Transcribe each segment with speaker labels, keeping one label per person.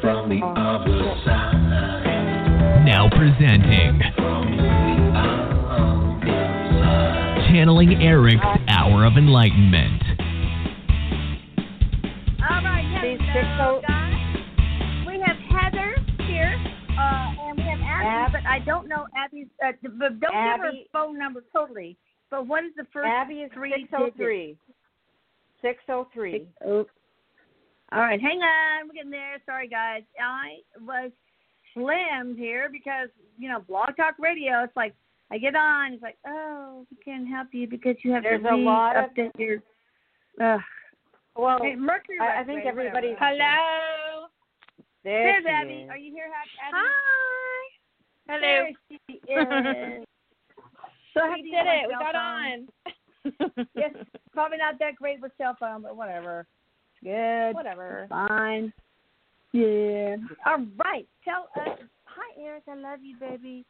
Speaker 1: from the other side.
Speaker 2: Now presenting
Speaker 1: From the other side.
Speaker 2: Channeling Eric's Hour of Enlightenment.
Speaker 3: All right, yes,
Speaker 4: These
Speaker 3: uh,
Speaker 4: pixel-
Speaker 3: guys. We have Heather here, uh, and we have Abby,
Speaker 4: Ab-
Speaker 3: but I don't know Abby's. Uh, d- but don't give her
Speaker 4: Abby-
Speaker 3: phone number totally. But what is the first?
Speaker 4: Abby is
Speaker 3: three
Speaker 4: 603. 603.
Speaker 3: Oh. All right, hang on. We're getting there. Sorry, guys. I was slammed here because, you know, Blog Talk Radio, it's like, I get on, it's like, oh, we can't help you because you have
Speaker 4: There's
Speaker 3: to
Speaker 4: a lot of-
Speaker 3: update your. Ugh.
Speaker 4: Well,
Speaker 3: Hey, Mercury
Speaker 4: I- I
Speaker 3: retrograde,
Speaker 4: think everybody's-
Speaker 3: whatever. Hello.
Speaker 4: there
Speaker 3: There's
Speaker 4: she
Speaker 3: Abby.
Speaker 4: is.
Speaker 3: Are you here, Abby?
Speaker 5: Hi. Hello.
Speaker 3: There she is. so
Speaker 5: we did it. We got on.
Speaker 3: Yes, probably not that great with cell phone, but whatever. Good.
Speaker 5: Whatever.
Speaker 3: Fine. Yeah. All right. Tell us. Hi, Eric. I love you, baby.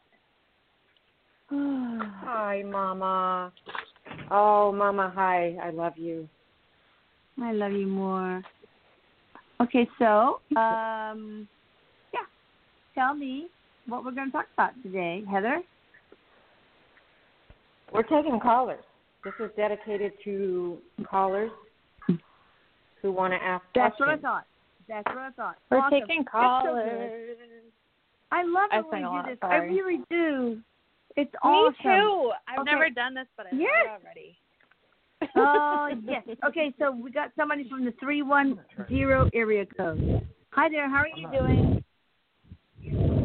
Speaker 4: Hi, Mama. Oh, Mama, hi. I love you.
Speaker 3: I love you more. Okay, so um, yeah, tell me what we're going to talk about today, Heather.
Speaker 4: We're taking callers. This is dedicated to callers who want to ask
Speaker 3: That's what I
Speaker 4: questions.
Speaker 3: thought. That's what I thought.
Speaker 5: We're
Speaker 3: Awesome.
Speaker 5: taking
Speaker 3: That's so good.
Speaker 5: callers.
Speaker 3: I love
Speaker 5: I
Speaker 3: it when
Speaker 5: sang a
Speaker 3: we
Speaker 5: lot,
Speaker 3: do this. I
Speaker 5: sorry.
Speaker 3: really do. It's awesome.
Speaker 5: Me too. I've
Speaker 3: Okay.
Speaker 5: never done this, but I
Speaker 3: Yes.
Speaker 5: love it already.
Speaker 3: Oh yes. Okay, so we got somebody from the three one zero area code. Hi there. How are you doing?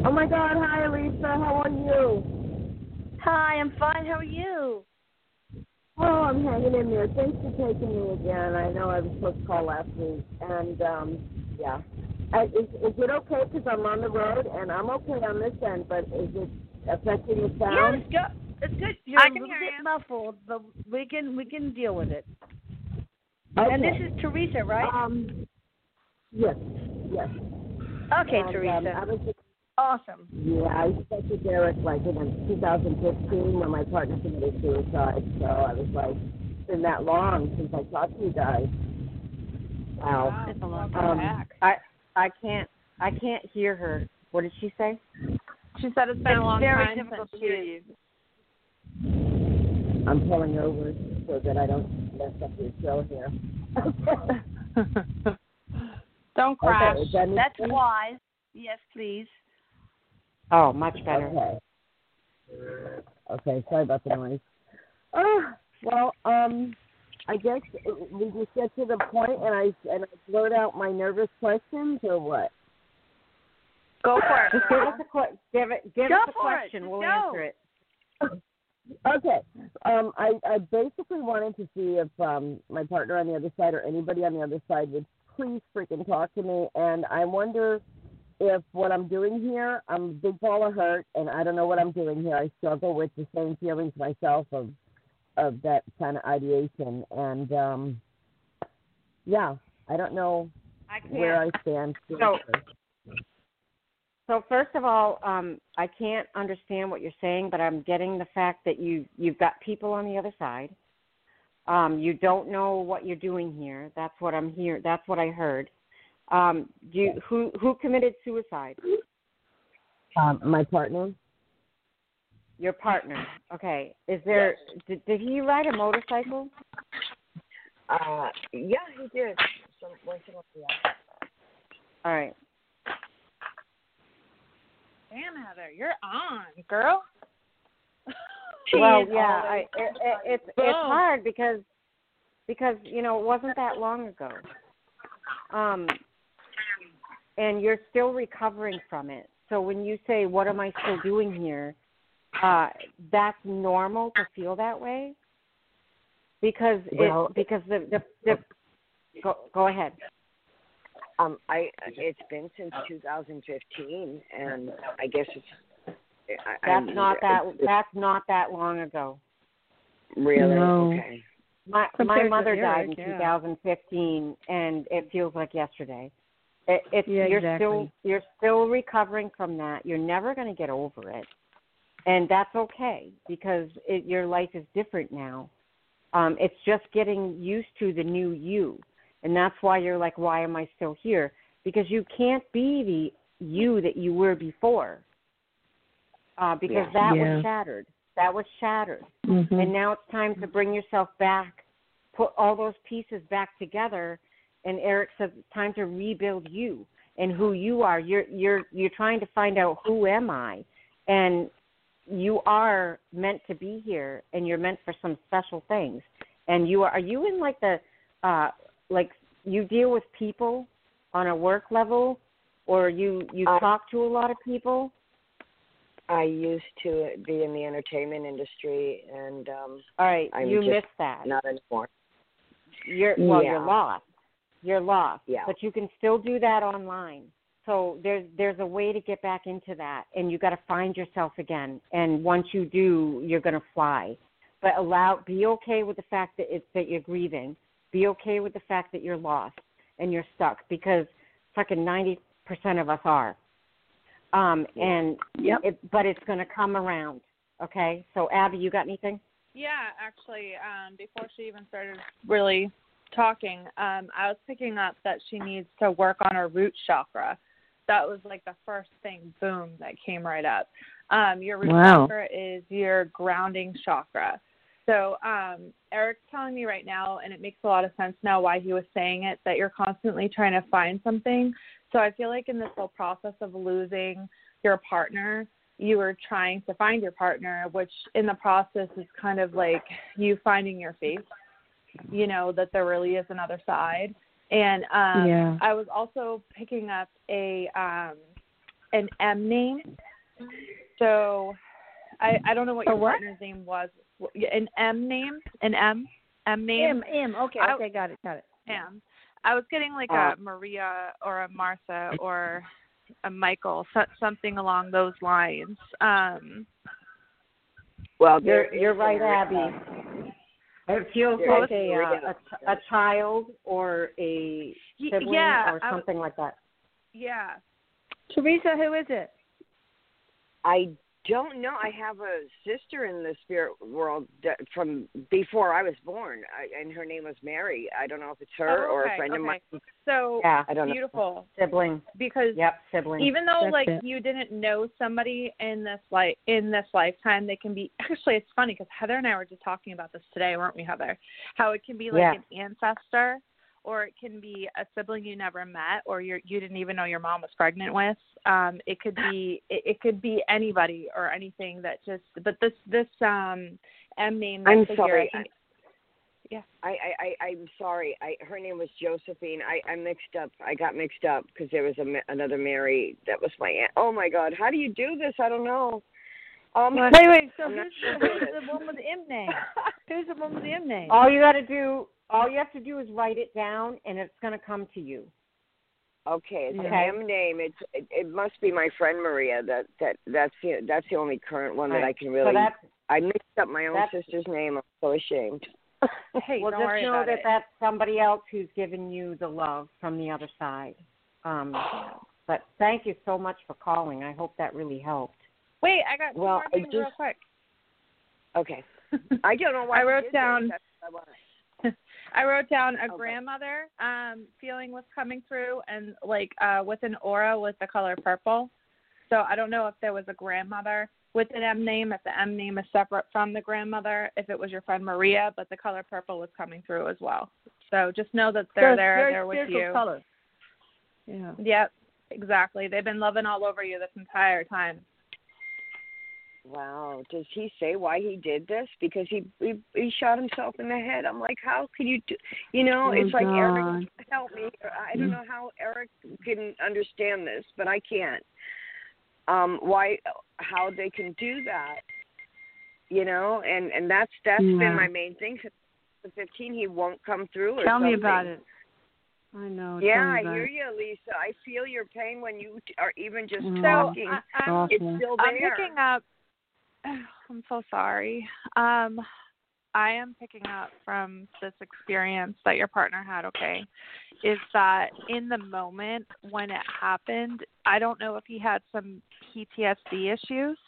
Speaker 6: Oh my God! Hi, Lisa. How are you?
Speaker 3: Hi, I'm fine. How are you?
Speaker 6: Oh, I'm hanging in there. Thanks for taking me again. I know I was supposed to call last week, and um, yeah. I, is, is it okay? Because I'm on the road, and I'm okay on this end, but is it affecting the sound?
Speaker 3: it's good. It's good. You're
Speaker 5: I
Speaker 3: a
Speaker 5: can
Speaker 3: little
Speaker 5: hear
Speaker 3: bit
Speaker 5: you.
Speaker 3: muffled, but we can we can deal with it.
Speaker 6: Okay.
Speaker 3: And this is Teresa, right?
Speaker 6: Um, yes, yes.
Speaker 3: okay,
Speaker 6: And, um,
Speaker 3: Teresa.
Speaker 6: I was just,
Speaker 3: awesome.
Speaker 6: yeah, I spoke to Derek like in 2015 when my partner committed suicide. So I was like, it's been that long since I talked to you guys. Wow.
Speaker 5: It's a long
Speaker 6: Um,
Speaker 5: back.
Speaker 4: I I can't I can't hear her. What did she say?
Speaker 5: She said it's been a long
Speaker 3: very
Speaker 5: time
Speaker 3: difficult
Speaker 5: since
Speaker 3: to hear
Speaker 5: she-
Speaker 3: you.
Speaker 6: I'm pulling over so that I don't mess up your show here.
Speaker 5: Don't crash.
Speaker 6: Okay, is that me?
Speaker 3: That's wise. Yes, please.
Speaker 4: Oh, much better.
Speaker 6: Okay. Okay, sorry about the noise. Oh, well, um, I guess we just get to the point and I and I blurt out my nervous questions or what?
Speaker 5: Go for it.
Speaker 4: Just give us a que- give it give
Speaker 3: Go
Speaker 4: us a
Speaker 3: for it.
Speaker 4: question.
Speaker 3: Just
Speaker 4: We'll
Speaker 3: go.
Speaker 4: answer it.
Speaker 6: Okay. Um, I, I basically wanted to see if um, my partner on the other side or anybody on the other side would please freaking talk to me. And I wonder if what I'm doing here, I'm a big ball of hurt, and I don't know what I'm doing here. I struggle with the same feelings myself of of that kind of ideation. And um, yeah, I don't know
Speaker 4: I can't.
Speaker 6: where I stand.
Speaker 4: So- So first of all, um, I can't understand what you're saying, but I'm getting the fact that you you've got people on the other side. Um, you don't know what you're doing here. That's what I'm here. That's what I heard. Um, do you, who who committed suicide?
Speaker 6: um, my partner.
Speaker 4: Your partner. Okay. Is there? Did, did he ride a motorcycle?
Speaker 6: Uh, yeah, he did. So,
Speaker 4: All right.
Speaker 5: Damn, Heather, you're on, girl.
Speaker 4: well,
Speaker 5: Jeez.
Speaker 4: yeah. I, it, it, it's
Speaker 5: Boom.
Speaker 4: it's hard because because you know it wasn't that long ago. Um, and you're still recovering from it. So when you say, "What am I still doing here?" Uh, that's normal to feel that way because
Speaker 6: Well- Oh.
Speaker 4: it because the the, the go, go ahead.
Speaker 6: Um, I it's been since 2015, and I guess it's. I,
Speaker 4: That's
Speaker 6: I'm-
Speaker 4: not that
Speaker 6: it's-
Speaker 4: that's not that long ago.
Speaker 6: really
Speaker 3: No.
Speaker 6: okay.
Speaker 4: My
Speaker 5: Compared
Speaker 4: my
Speaker 5: to
Speaker 4: mother died in
Speaker 5: Eric, yeah.
Speaker 4: 2015, and it feels like yesterday. It, it's
Speaker 5: Yeah,
Speaker 4: you're
Speaker 5: exactly.
Speaker 4: still you're still recovering from that. You're never going to get over it, and that's okay because it, your life is different now. Um, it's just getting used to the new you, and that's why you're like, why am I still here? Because you can't be you that you were before. Uh, because
Speaker 6: Yeah.
Speaker 4: that
Speaker 6: Yeah.
Speaker 4: was shattered. That was shattered.
Speaker 6: Mm-hmm.
Speaker 4: And now it's time to bring yourself back, put all those pieces back together. And Eric said, it's time to rebuild you and who you are. You're you're you're trying to find out who am I, and you are meant to be here, and you're meant for some special things. And you are are you in like the uh like you deal with people on a work level, or you you
Speaker 7: Uh,
Speaker 4: talk to a lot of people?
Speaker 7: I used to be in the entertainment industry, and um,
Speaker 4: All right,
Speaker 7: I'm
Speaker 4: you
Speaker 7: just
Speaker 4: missed that.
Speaker 7: not anymore.
Speaker 4: You're well,
Speaker 7: Yeah.
Speaker 4: you're lost. You're lost.
Speaker 7: Yeah.
Speaker 4: But you can still do that online. So there's there's a way to get back into that, and you got to find yourself again. And once you do, you're gonna fly. But allow be okay with the fact that it's that you're grieving. Be okay with the fact that you're lost and you're stuck because fucking ninety percent of us are. Um, and
Speaker 3: Yep.
Speaker 4: it, but it's gonna come around. Okay. So Abby, you got anything?
Speaker 5: Yeah, actually, um, before she even started really talking, um, I was picking up that she needs to work on her root chakra. That was like the first thing, boom, that came right up. Um, your root
Speaker 6: Wow.
Speaker 5: chakra is your grounding chakra. So um, Eric's telling me right now, and it makes a lot of sense now why he was saying it, that you're constantly trying to find something. So I feel like in this whole process of losing your partner, you were trying to find your partner, which in the process is kind of like you finding your faith, you know, that there really is another side. And um
Speaker 6: Yeah.
Speaker 5: I was also picking up a um an M name. So I I don't know what
Speaker 3: A
Speaker 5: your
Speaker 3: what?
Speaker 5: partner's name was. An M name? An M? M name?
Speaker 3: M M. Okay,
Speaker 5: I-
Speaker 3: okay, got it, got it.
Speaker 5: am. I was getting like
Speaker 4: Uh.
Speaker 5: a Maria or a Martha or a Michael, so, something along those lines. Um,
Speaker 7: Well,
Speaker 4: Oh, You're
Speaker 7: there is
Speaker 4: you're right,
Speaker 7: a-
Speaker 4: Abby. It feels
Speaker 7: There is
Speaker 4: like a,
Speaker 7: Maria.
Speaker 4: uh, a ch- a child or a
Speaker 5: y-
Speaker 4: sibling
Speaker 5: yeah,
Speaker 4: or
Speaker 5: I was-
Speaker 4: something like that.
Speaker 5: yeah.
Speaker 3: Teresa, who is it?
Speaker 7: I don't know. I have a sister in the spirit world that, from before I was born, I, and her name was Mary. I don't know if it's her
Speaker 5: Oh,
Speaker 7: or a
Speaker 5: okay,
Speaker 7: friend of
Speaker 5: okay.
Speaker 7: mine.
Speaker 5: So
Speaker 4: Yeah,
Speaker 7: I don't know.
Speaker 5: beautiful
Speaker 4: sibling.
Speaker 5: because
Speaker 4: Yep, sibling.
Speaker 5: even though
Speaker 3: That's
Speaker 5: like
Speaker 3: it.
Speaker 5: you didn't know somebody in this life in this lifetime, they can be actually it's funny because Heather and I were just talking about this today, weren't we, Heather? How it can be like
Speaker 4: Yeah.
Speaker 5: an ancestor, or it can be a sibling you never met, or you you didn't even know your mom was pregnant with. Um, it could be it, it could be anybody or anything that just. But this this um M name. that
Speaker 7: I'm
Speaker 5: figure,
Speaker 7: sorry.
Speaker 5: I think-
Speaker 7: I, I, I I'm sorry. I her name was Josephine. I I mixed up. I got mixed up because there was a, ma- another Mary that was my aunt. Oh my God! How do you do this? I don't know. Um,
Speaker 3: Wait, wait. So
Speaker 7: I'm not
Speaker 3: who's,
Speaker 7: sure who
Speaker 3: who's
Speaker 7: it is.
Speaker 3: the one with the M name? Who's the one with the M name?
Speaker 4: all you got to do, all you have to do is write it down, and it's going to come to you.
Speaker 7: Okay, it's
Speaker 4: Okay.
Speaker 7: an M name. It's it, it must be my friend Maria. That that that's the that's the only current one that I
Speaker 4: Right.
Speaker 7: can really.
Speaker 4: so that's
Speaker 7: I mixed up my own
Speaker 4: that's-
Speaker 7: sister's name. I'm so ashamed.
Speaker 5: Hey,
Speaker 4: well,
Speaker 5: don't
Speaker 4: just
Speaker 5: worry
Speaker 4: know
Speaker 5: about
Speaker 4: that
Speaker 5: it.
Speaker 4: that's somebody else who's given you the love from the other side. Um, but thank you so much for calling. I hope that really helped.
Speaker 5: Wait, I got two
Speaker 7: Well,
Speaker 5: more
Speaker 7: I
Speaker 5: things real
Speaker 7: just-
Speaker 5: quick.
Speaker 7: Okay. I don't know why
Speaker 5: I
Speaker 7: we
Speaker 5: wrote
Speaker 7: did this.
Speaker 5: down-
Speaker 7: That's what I wanna-
Speaker 5: I wrote down a
Speaker 7: Okay.
Speaker 5: grandmother um, feeling was coming through, and like uh, with an aura with the color purple. So I don't know if there was a grandmother with an M name, if the M name is separate from the grandmother, if it was your friend Maria, but the color purple was coming through as well. So just know that
Speaker 3: They're-
Speaker 5: they're there,
Speaker 3: they're
Speaker 5: they're with
Speaker 3: spiritual
Speaker 5: you.
Speaker 3: Color. Yeah.
Speaker 5: Yep, exactly. They've been loving all over you this entire time.
Speaker 7: Wow. Does he say why he did this? Because he he, he shot himself in the head. I'm like, how could you do? You know, it's like Eric, help me. I don't know how Eric can understand this, but I can't. Um, why? How they can do that? You know, and and that's that's been my main thing since the 15. He won't come through. Or
Speaker 3: Tell me
Speaker 7: something.
Speaker 3: about it. I know.
Speaker 7: Yeah, I hear you, Lisa. I feel your pain when you t- are even just
Speaker 5: So
Speaker 7: talking.
Speaker 5: I, I'm
Speaker 7: Mm. it's still
Speaker 5: I'm
Speaker 7: there.
Speaker 5: picking up. I'm so sorry. Um, I am picking up from this experience that your partner had. Okay, is that in the moment when it happened? I don't know if he had some PTSD issues,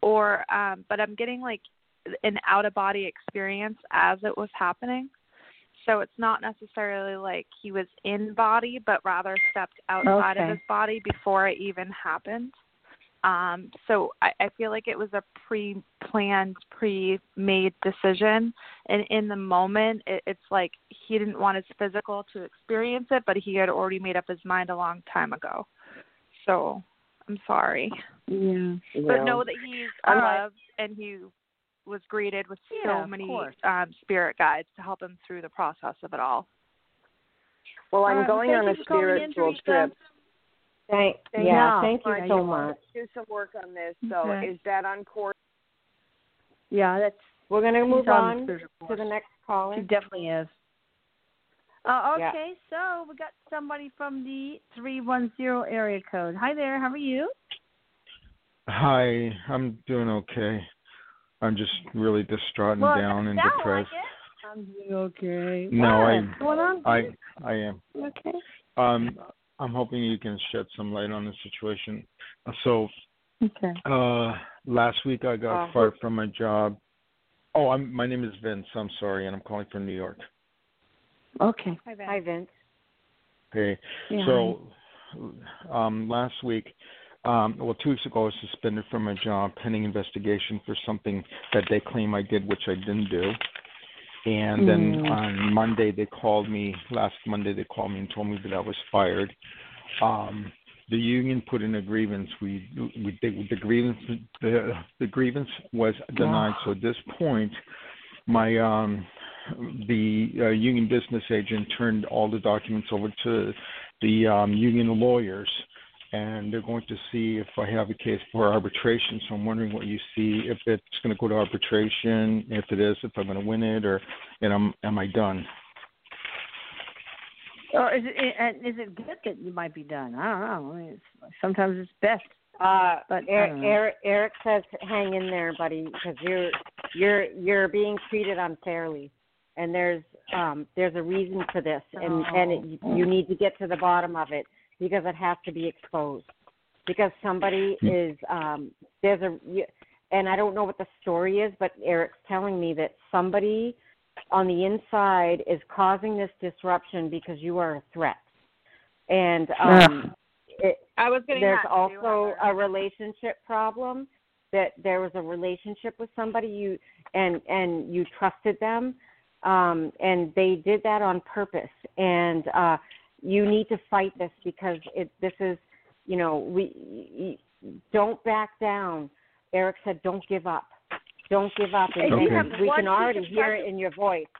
Speaker 5: or um, but I'm getting like an out of body experience as it was happening. So it's not necessarily like he was in body, but rather stepped outside
Speaker 4: Okay.
Speaker 5: of his body before it even happened. Um, so I, I feel like it was a pre-planned, pre-made decision, and in the moment, it, it's like he didn't want his physical to experience it, but he had already made up his mind a long time ago. So I'm sorry,
Speaker 3: Yeah.
Speaker 5: but know that he's uh,
Speaker 7: I'm like-
Speaker 5: loved and he was greeted with
Speaker 4: Yeah,
Speaker 5: so
Speaker 4: of
Speaker 5: many
Speaker 4: course.
Speaker 5: um, spirit guides to help him through the process of it all. Um,
Speaker 7: Well, I'm
Speaker 3: All right,
Speaker 7: going
Speaker 3: well,
Speaker 7: on a
Speaker 3: um, thank you for calling in,
Speaker 7: spiritual
Speaker 3: Teresa.
Speaker 7: trip.
Speaker 4: Thank,
Speaker 3: Thank
Speaker 4: yeah,
Speaker 3: you.
Speaker 4: thank you
Speaker 7: Right,
Speaker 4: so
Speaker 7: you wanna
Speaker 4: much.
Speaker 7: Do some work on this. So
Speaker 3: Okay.
Speaker 7: is that on course?
Speaker 3: Yeah, that's
Speaker 4: We're going to
Speaker 3: he's on
Speaker 4: move
Speaker 3: the
Speaker 4: on to
Speaker 3: spiritual
Speaker 4: the
Speaker 3: course.
Speaker 4: next caller.
Speaker 3: She definitely is. Uh,
Speaker 4: Yeah.
Speaker 3: okay, so we got somebody from the 310 area code. Hi there, how are you?
Speaker 8: Hi, I'm doing okay. I'm just really distraught and
Speaker 3: well,
Speaker 8: down and
Speaker 3: sound
Speaker 8: depressed.
Speaker 3: Like it. I'm doing okay.
Speaker 8: No, I-
Speaker 3: What's going on?
Speaker 8: I I am.
Speaker 3: okay.
Speaker 8: Um I'm hoping you can shed some light on the situation. So
Speaker 3: Okay.
Speaker 8: uh last week I got
Speaker 3: Oh.
Speaker 4: Uh,
Speaker 8: fired from my job. Oh, I'm my name is Vince, I'm sorry, and I'm calling from New York.
Speaker 3: Okay.
Speaker 5: Hi,
Speaker 4: Hi, Vince.
Speaker 8: Okay.
Speaker 3: Yeah.
Speaker 8: So um last week um well two weeks ago I was suspended from my job pending investigation for something that they claim I did which I didn't do. And then
Speaker 3: Mm.
Speaker 8: on Monday they called me last Monday they called me and told me that I was fired. Um the union put in a grievance. We, we the, the grievance the, the grievance was denied. So at this point, my um, the uh, union business agent turned all the documents over to the um, union lawyers, and they're going to see if I have a case for arbitration. So I'm wondering what you see if it's going to go to arbitration, if it is, if I'm going to win it, or and I'm am I done?
Speaker 3: Or Oh, is it eh, and is it good that you might be done? I don't know. I mean, it's, sometimes it's best.
Speaker 4: Uh,
Speaker 3: But,
Speaker 4: Eric,
Speaker 3: uh,
Speaker 4: Eric, Eric says, "Hang in there, buddy, because you're you're you're being treated unfairly, and there's um there's a reason for this, and and it,
Speaker 3: Oh.
Speaker 4: you need to get to the bottom of it because it has to be exposed, because somebody
Speaker 3: Hmm.
Speaker 4: is um there's a you- and I don't know what the story is, but Eric's telling me that somebody on the inside is causing this disruption because you are a threat, and um it
Speaker 5: I was getting
Speaker 4: there's
Speaker 5: that too,
Speaker 4: also
Speaker 5: Heather.
Speaker 4: a relationship problem that there was a relationship with somebody you and and you trusted them um and they did that on purpose and uh you need to fight this because it this is you know we y- y- don't back down eric said don't give up don't give up and,
Speaker 3: If
Speaker 8: you
Speaker 4: and
Speaker 8: have
Speaker 4: we
Speaker 3: one
Speaker 4: can
Speaker 3: piece
Speaker 4: already
Speaker 3: of
Speaker 4: hear
Speaker 3: pressure-
Speaker 4: it in your voice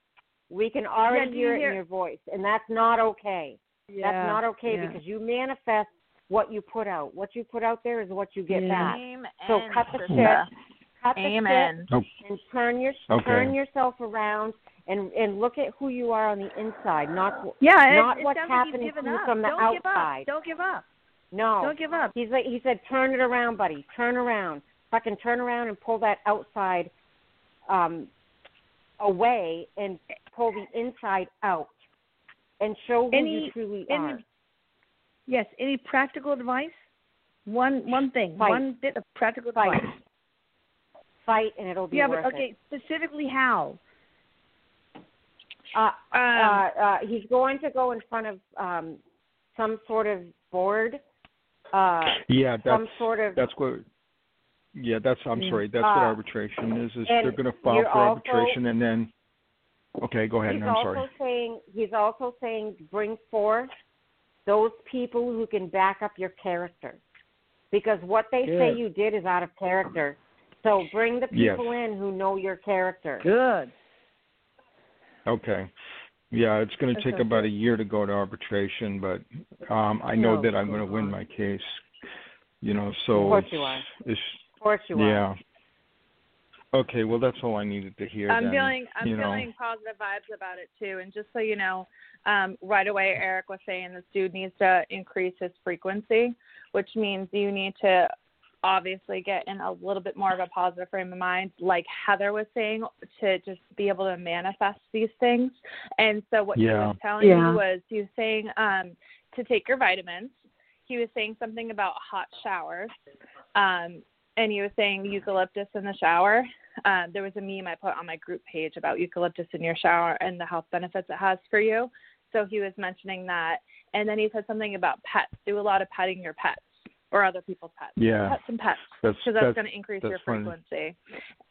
Speaker 4: we can already
Speaker 3: do you
Speaker 4: hear it
Speaker 3: hear-
Speaker 4: in your voice and that's not okay
Speaker 3: Yeah.
Speaker 4: that's not okay
Speaker 3: yeah.
Speaker 4: because you manifest what you put out. What you put out there is what you get
Speaker 3: Yeah.
Speaker 4: back.
Speaker 5: Amen,
Speaker 4: So cut the
Speaker 5: sister.
Speaker 4: shit. Cut the
Speaker 5: Amen.
Speaker 4: shit and turn your
Speaker 8: Okay.
Speaker 4: turn yourself around and and look at who you are on the inside, not wh-
Speaker 3: Yeah, and
Speaker 4: Not
Speaker 3: it, it
Speaker 4: what's
Speaker 3: sounds
Speaker 4: happening
Speaker 3: like you've
Speaker 4: to
Speaker 3: given
Speaker 4: you
Speaker 3: up.
Speaker 4: from the
Speaker 3: Don't
Speaker 4: outside.
Speaker 3: Give up. Don't give up.
Speaker 4: no.
Speaker 3: Don't give up.
Speaker 4: He's like he said, turn it around, buddy. Turn around. Fucking turn around and pull that outside um away and pull the inside out and show who
Speaker 3: Any-
Speaker 4: you truly
Speaker 3: any-
Speaker 4: are.
Speaker 3: Yes. Any practical advice? One one thing.
Speaker 4: Fight.
Speaker 3: One bit of practical
Speaker 4: Fight.
Speaker 3: advice.
Speaker 4: Fight and it'll be
Speaker 3: Yeah,
Speaker 4: worth
Speaker 3: but
Speaker 4: it.
Speaker 3: okay. Specifically, how?
Speaker 4: Uh,
Speaker 5: Um,
Speaker 4: uh, uh, he's going to go in front of um, some sort of board, uh,
Speaker 8: Yeah, that's
Speaker 4: some sort of.
Speaker 8: that's what. Yeah, that's. I'm
Speaker 3: Yeah.
Speaker 8: sorry. That's
Speaker 4: Uh,
Speaker 8: what arbitration is. Is
Speaker 4: and
Speaker 8: they're going to file
Speaker 4: you're
Speaker 8: for
Speaker 4: also-
Speaker 8: arbitration and then. Okay, go ahead.
Speaker 4: he's
Speaker 8: I'm
Speaker 4: also
Speaker 8: sorry.
Speaker 4: saying he's also saying bring forth those people who can back up your character, because what they say
Speaker 8: Good.
Speaker 4: you did is out of character. So bring the
Speaker 8: Yes.
Speaker 4: people in who know your character.
Speaker 3: Good.
Speaker 8: Okay. Yeah, it's going to
Speaker 3: That's
Speaker 8: take
Speaker 3: okay.
Speaker 8: about a year to go to arbitration, but um I know
Speaker 3: No,
Speaker 8: that I'm going to
Speaker 3: come
Speaker 8: win
Speaker 3: on.
Speaker 8: my case. You know, so
Speaker 4: Of course
Speaker 8: it's,
Speaker 4: you are.
Speaker 8: it's
Speaker 4: Of course you are.
Speaker 8: yeah. Okay, well that's all I needed to hear.
Speaker 5: I'm
Speaker 8: then,
Speaker 5: feeling I'm
Speaker 8: you know.
Speaker 5: feeling positive vibes about it too. And just so you know, um, right away Eric was saying this dude needs to increase his frequency, which means you need to obviously get in a little bit more of a positive frame of mind, like Heather was saying, to just be able to manifest these things. And so what he
Speaker 8: Yeah.
Speaker 5: was telling
Speaker 3: Yeah.
Speaker 5: you was he was saying um, to take your vitamins. He was saying something about hot showers. Um, and he was saying eucalyptus in the shower uh, there was a meme I put on my group page about eucalyptus in your shower and the health benefits it has for you. So he was mentioning that, and then he said something about pets. Do a lot of petting your pets or other people's pets.
Speaker 8: Yeah.
Speaker 5: Pets and pets
Speaker 8: That's
Speaker 5: because that's,
Speaker 8: that's
Speaker 5: going to increase
Speaker 8: that's
Speaker 5: your
Speaker 8: funny.
Speaker 5: frequency.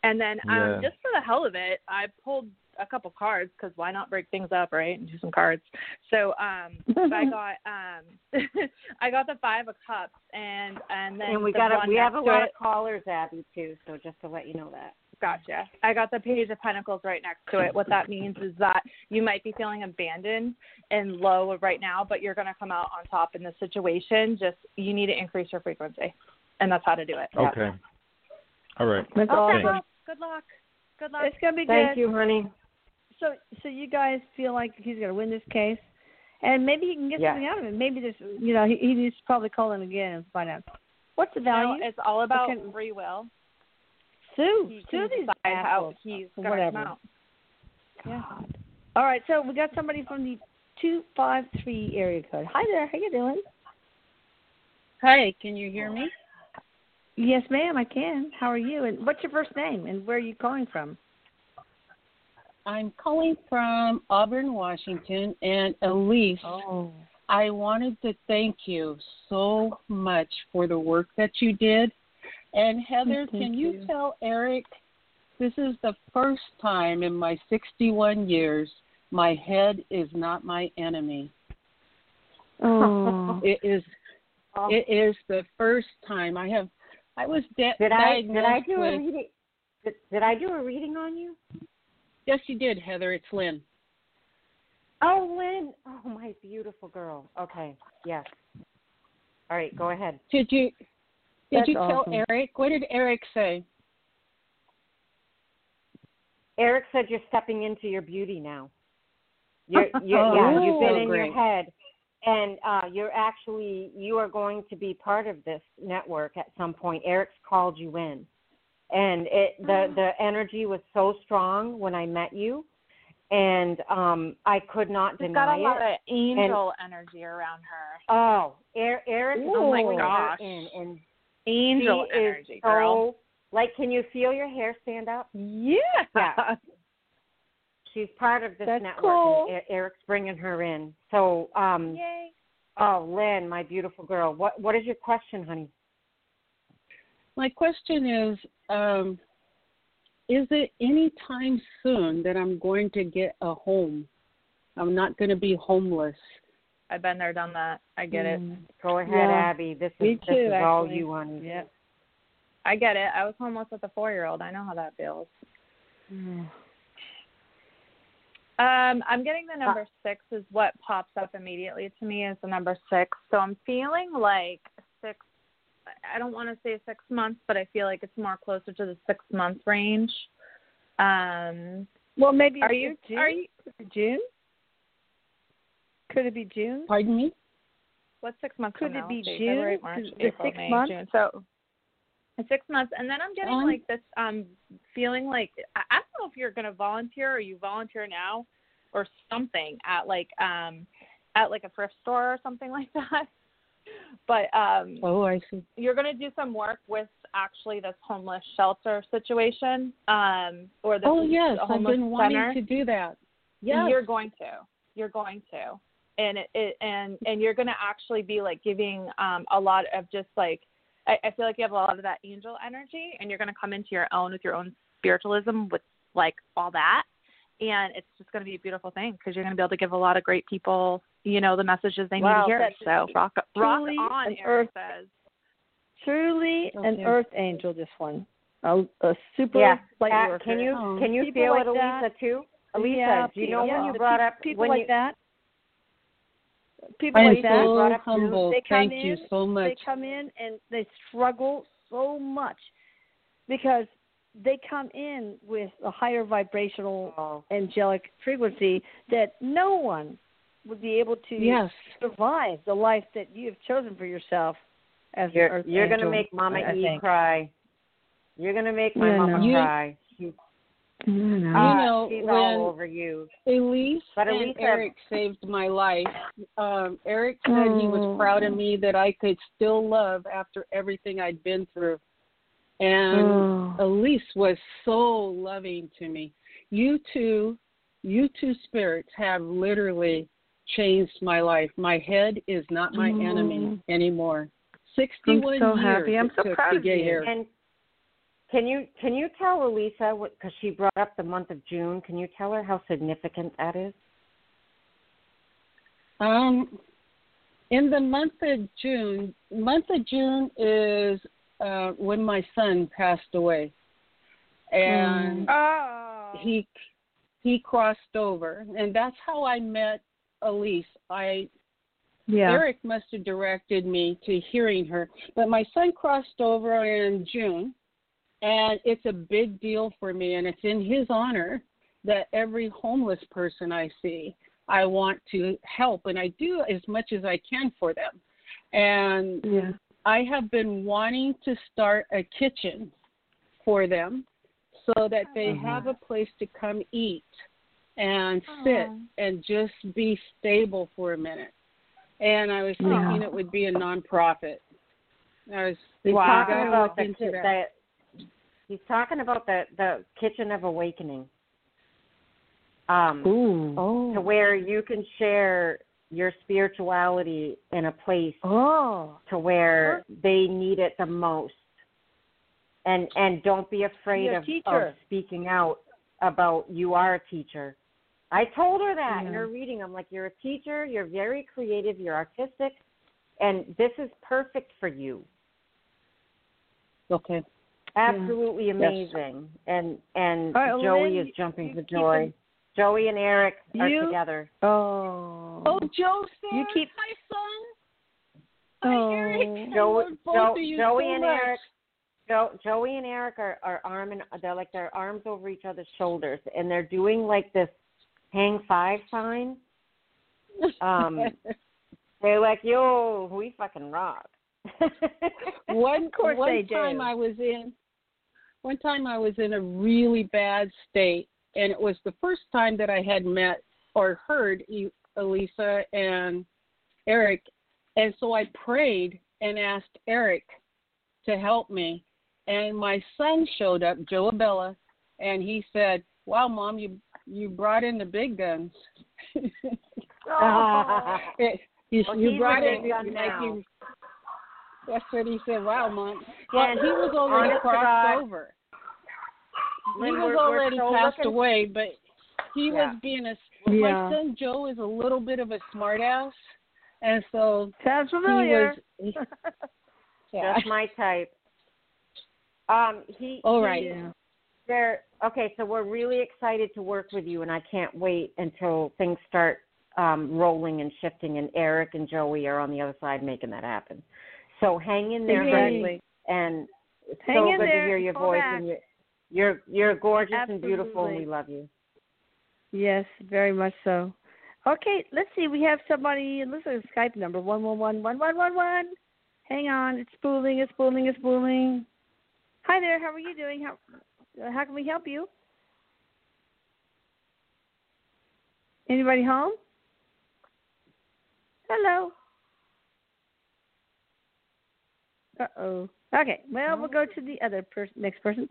Speaker 5: And then
Speaker 8: Yeah.
Speaker 5: um, just for the hell of it, I pulled a couple cards because why not break things up, right? And do some cards. So um, I got um, I got the five of cups, and and then
Speaker 4: And we
Speaker 5: the
Speaker 4: got a,
Speaker 5: one
Speaker 4: we have a
Speaker 5: next to
Speaker 4: lot
Speaker 5: it-
Speaker 4: of callers, Abby, too. So just to let you know that.
Speaker 5: Gotcha. I got the page of pentacles right next to it. What that means is that you might be feeling abandoned and low right now, but you're going to come out on top in this situation. Just you need to increase your frequency, and that's how to do it.
Speaker 8: okay. All right.
Speaker 5: That's
Speaker 3: Okay,
Speaker 8: Thanks.
Speaker 5: Well, good luck. Good luck.
Speaker 3: It's gonna be
Speaker 4: Thank
Speaker 3: good.
Speaker 4: you, honey.
Speaker 3: So, so you guys feel like he's gonna win this case, and maybe he can get
Speaker 4: Yeah.
Speaker 3: something out of it. Maybe this, you know, he, he needs to probably call in again and find out what's the
Speaker 5: No,
Speaker 3: value.
Speaker 5: it's all about
Speaker 3: Okay.
Speaker 5: free will.
Speaker 3: Sue,
Speaker 5: He
Speaker 3: Sue
Speaker 5: can
Speaker 3: these
Speaker 5: decide how
Speaker 3: assholes.
Speaker 5: he's
Speaker 3: or
Speaker 5: going to come
Speaker 3: whatever.
Speaker 5: out.
Speaker 3: God. All right, so we got somebody from the two five three area code. Hi there, how you doing?
Speaker 9: Hi, can you hear me?
Speaker 3: Yes, ma'am, I can. How are you? And what's your first name? And where are you calling from?
Speaker 9: I'm calling from Auburn, Washington, and Elise,
Speaker 3: Oh,
Speaker 9: I wanted to thank you so much for the work that you did. And Heather,
Speaker 3: Thank
Speaker 9: can you
Speaker 3: you.
Speaker 9: tell Eric this is the first time in my 61 years my head is not my enemy.
Speaker 3: oh.
Speaker 9: It is
Speaker 4: Oh.
Speaker 9: it is the first time I have I was di-
Speaker 4: Did I
Speaker 9: diagnosed
Speaker 4: did I do a
Speaker 9: with
Speaker 4: reading? Did, did I do a reading on you?
Speaker 9: Yes, you did, Heather. It's Lynn.
Speaker 4: Oh, Lynn. Oh, my beautiful girl. Okay. Yes. All right. Go ahead.
Speaker 9: Did you did
Speaker 4: That's
Speaker 9: you tell
Speaker 4: awesome.
Speaker 9: Eric? What did Eric say?
Speaker 4: Eric said you're stepping into your beauty now. You're, you're, yeah, you've
Speaker 9: Oh,
Speaker 4: been in
Speaker 9: great.
Speaker 4: your head, and uh, you're actually you are going to be part of this network at some point. Eric's called you in, and it the
Speaker 9: Oh.
Speaker 4: the energy was so strong when I met you, and um, I could not
Speaker 5: She's
Speaker 4: deny
Speaker 5: got a lot
Speaker 4: it.
Speaker 5: of angel energy around her.
Speaker 4: Oh, Er- Eric!
Speaker 5: Oh my
Speaker 4: pulling her
Speaker 5: gosh.
Speaker 4: In, and
Speaker 5: Angel
Speaker 4: she is
Speaker 5: energy,
Speaker 4: so,
Speaker 5: girl.
Speaker 4: Like, can you feel your hair stand up?
Speaker 5: Yeah.
Speaker 4: Yeah. She's part of this
Speaker 3: That's
Speaker 4: network.
Speaker 3: cool.
Speaker 4: And E- Eric's bringing her in. So, um,
Speaker 3: Yay.
Speaker 4: oh, Lynn, my beautiful girl, what what is your question, honey?
Speaker 9: My question is um, Is it any time soon that I'm going to get a home? I'm not going to be homeless.
Speaker 5: I've been there, done that. I get it.
Speaker 3: Mm.
Speaker 4: Mm. Go ahead,
Speaker 9: Yeah.
Speaker 4: Abby. This
Speaker 9: Me
Speaker 4: is this
Speaker 9: too,
Speaker 4: is all
Speaker 9: actually.
Speaker 4: you want.
Speaker 5: Yeah. I get it. I was homeless with a four year old. I know how that feels. Um, I'm getting the number six is what pops up immediately to me is the number six. So I'm feeling like six I don't want to say six months, but I feel like it's more closer to the six month range. Um
Speaker 3: Well, maybe
Speaker 5: are
Speaker 3: it's
Speaker 5: you
Speaker 3: June?
Speaker 5: are you
Speaker 3: June? Could it be June?
Speaker 9: Pardon me?
Speaker 5: What's six months?
Speaker 3: Could
Speaker 5: from
Speaker 3: it
Speaker 5: now?
Speaker 3: be
Speaker 5: Let's see,
Speaker 3: June?
Speaker 5: February, March,
Speaker 3: Is it
Speaker 5: April,
Speaker 3: six
Speaker 5: May,
Speaker 3: months?
Speaker 5: June. So six months, and then I'm getting
Speaker 9: Um,
Speaker 5: like this um feeling like I, I don't know if you're gonna volunteer or you volunteer now or something at like um at like a thrift store or something like that. But um
Speaker 9: Oh, I see.
Speaker 5: you're going to do some work with actually this homeless shelter situation um or this
Speaker 9: Oh, yes. I've
Speaker 5: homeless
Speaker 9: been
Speaker 5: center.
Speaker 9: wanting to do that. Yes.
Speaker 5: You're going to. You're going to. And it, it and and you're going to actually be like giving um a lot of just like I, I feel like you have a lot of that angel energy and you're going to come into your own with your own spiritualism with like all that. And it's just going to be a beautiful thing because you're going to be able to give a lot of great people, you know, the messages they
Speaker 3: Wow,
Speaker 5: need to hear.
Speaker 3: that's
Speaker 5: So rock rock
Speaker 3: truly
Speaker 5: on,
Speaker 3: an
Speaker 5: Eric
Speaker 3: earth-
Speaker 5: says.
Speaker 3: Truly an
Speaker 9: Okay.
Speaker 3: earth angel, this one. A, a super
Speaker 4: Yeah.
Speaker 3: light
Speaker 4: Uh,
Speaker 3: worker.
Speaker 4: can you
Speaker 9: Oh.
Speaker 4: can you
Speaker 3: People
Speaker 4: feel
Speaker 3: like
Speaker 4: it, Elisa?
Speaker 3: that.
Speaker 4: Too, Elisa.
Speaker 3: Yeah,
Speaker 4: do you know
Speaker 3: yeah,
Speaker 4: when you
Speaker 3: the
Speaker 4: brought up
Speaker 3: people
Speaker 4: when
Speaker 3: like
Speaker 4: you,
Speaker 3: that? People
Speaker 9: I'm
Speaker 3: like that.
Speaker 9: so
Speaker 4: up to-
Speaker 9: humble.
Speaker 3: they come
Speaker 9: Thank you
Speaker 3: in,
Speaker 9: so much.
Speaker 3: They come in and they struggle so much because they come in with a higher vibrational
Speaker 4: Oh,
Speaker 3: angelic frequency that no one would be able to
Speaker 9: Yes.
Speaker 3: survive the life that you have chosen for yourself as an
Speaker 4: you're
Speaker 3: earth
Speaker 4: you're gonna
Speaker 3: angel,
Speaker 4: make Mama
Speaker 3: I- I
Speaker 4: E
Speaker 3: think.
Speaker 4: cry. You're gonna make my
Speaker 3: Yeah, I
Speaker 4: mama
Speaker 3: know.
Speaker 9: You-
Speaker 4: cry. She,
Speaker 9: You
Speaker 4: ah,
Speaker 9: know,
Speaker 4: she's
Speaker 9: when
Speaker 4: all over you.
Speaker 9: Elise
Speaker 4: But
Speaker 9: and
Speaker 4: Elise-
Speaker 9: Eric saved my life. Um, Eric said he
Speaker 3: Oh.
Speaker 9: was proud of me that I could still love after everything I'd been through. And
Speaker 5: Oh.
Speaker 9: Elise was so loving to me. You two, you two spirits have literally changed my life. My head is not my enemy anymore. 61
Speaker 5: Mm. so
Speaker 9: years
Speaker 5: happy. I'm
Speaker 9: it
Speaker 5: so
Speaker 9: took
Speaker 5: proud
Speaker 9: to
Speaker 5: of
Speaker 9: get
Speaker 5: you.
Speaker 9: here.
Speaker 4: And can you can you tell Elisa because she brought up the month of June? Can you tell her how significant that is?
Speaker 9: Um, in the month of June, month of June is uh, when my son passed away, and
Speaker 5: Oh.
Speaker 9: he he crossed over, and that's how I met Elise. I
Speaker 5: yeah.
Speaker 9: Eric must have directed me to hearing her, but my son crossed over in June, and it's a big deal for me, and it's in his honor that every homeless person I see, I want to help, and I do as much as I can for them. And
Speaker 5: Yeah.
Speaker 9: I have been wanting to start a kitchen for them so that they
Speaker 5: Oh,
Speaker 9: have a place to come eat and sit and just be stable for a minute. And I was thinking
Speaker 5: Yeah.
Speaker 9: it would be a nonprofit. I was
Speaker 4: He's
Speaker 9: thinking
Speaker 5: Wow.
Speaker 4: talking
Speaker 9: I
Speaker 4: about the,
Speaker 9: look into that.
Speaker 4: the he's talking about the the kitchen of awakening. Um,
Speaker 5: Ooh.
Speaker 4: to
Speaker 3: Oh.
Speaker 4: where you can share your spirituality in a place
Speaker 5: Oh.
Speaker 4: to where they need it the most and and don't be afraid
Speaker 3: Be a
Speaker 4: of,
Speaker 3: teacher.
Speaker 4: of speaking out about you are a teacher i told her that in
Speaker 5: Yeah.
Speaker 4: her reading i'm like you're a teacher you're very creative you're artistic and this is perfect for you
Speaker 9: Okay.
Speaker 4: absolutely amazing and and
Speaker 3: All right, well,
Speaker 4: joey
Speaker 3: then
Speaker 4: is jumping
Speaker 3: you
Speaker 4: for
Speaker 3: keep
Speaker 4: joy
Speaker 3: in-
Speaker 4: joey and eric
Speaker 5: You-
Speaker 4: are together
Speaker 5: Oh.
Speaker 9: Oh, Joe
Speaker 5: You keep-
Speaker 9: my son.
Speaker 5: Oh.
Speaker 9: Hi, Eric. I
Speaker 4: Joey-
Speaker 9: love both
Speaker 4: Joe-
Speaker 9: of you
Speaker 4: Joey
Speaker 9: so
Speaker 4: and
Speaker 9: much.
Speaker 4: Eric. Jo- Joey and Eric are, are arm and they're like their arms over each other's shoulders, and they're doing like this hang five sign. Um, they're like, "Yo, we fucking rock."
Speaker 9: one
Speaker 3: course
Speaker 9: one
Speaker 3: they do.
Speaker 9: time I was in one time I was in a really bad state and it was the first time that I had met or heard E- Elisa and Eric and so I prayed and asked Eric to help me and my son showed up, Joe Abella, and he said, "Wow, mom, you you brought in the big guns." It- you
Speaker 4: Oh. Well,
Speaker 9: you
Speaker 4: he's
Speaker 9: brought
Speaker 4: a
Speaker 9: in
Speaker 4: big gun
Speaker 9: like
Speaker 4: now.
Speaker 9: you- That's what he said. Wow, mom. Well,
Speaker 4: And
Speaker 9: he was already
Speaker 4: honest to
Speaker 9: crossed
Speaker 4: God,
Speaker 9: over. He
Speaker 4: Lynn,
Speaker 9: was
Speaker 4: we're- we're
Speaker 9: already
Speaker 4: so
Speaker 9: passed
Speaker 4: looking-
Speaker 9: away, but he
Speaker 4: Yeah.
Speaker 9: was being a.
Speaker 5: Yeah.
Speaker 9: My son Joe is a little bit of a smartass, and so
Speaker 5: Sounds
Speaker 9: he
Speaker 5: familiar.
Speaker 9: was. yeah.
Speaker 4: That's my type. Um, he.
Speaker 9: All
Speaker 4: he-
Speaker 9: right.
Speaker 4: They're okay, so we're really excited to work with you, and I can't wait until things start um, rolling and shifting. And Eric and Joey are on the other side making that happen. So hang in there, honey,
Speaker 5: Exactly.
Speaker 4: and it's
Speaker 3: Hang
Speaker 4: so
Speaker 3: in
Speaker 4: good
Speaker 3: there
Speaker 4: to hear
Speaker 3: and
Speaker 4: your
Speaker 3: call
Speaker 4: voice.
Speaker 3: back.
Speaker 4: And you're, you're you're gorgeous and beautiful, and
Speaker 3: Absolutely.
Speaker 4: we love you.
Speaker 3: Yes, very much so. Okay, let's see. We have somebody. Let's look at the Skype number one one one one one one one. Hang on, it's spooling, it's spooling, it's spooling. Hi there. How are you doing? How uh, how can we help you? Anybody home? Hello. Uh oh. Okay. Well, we'll go to the other person. Next person.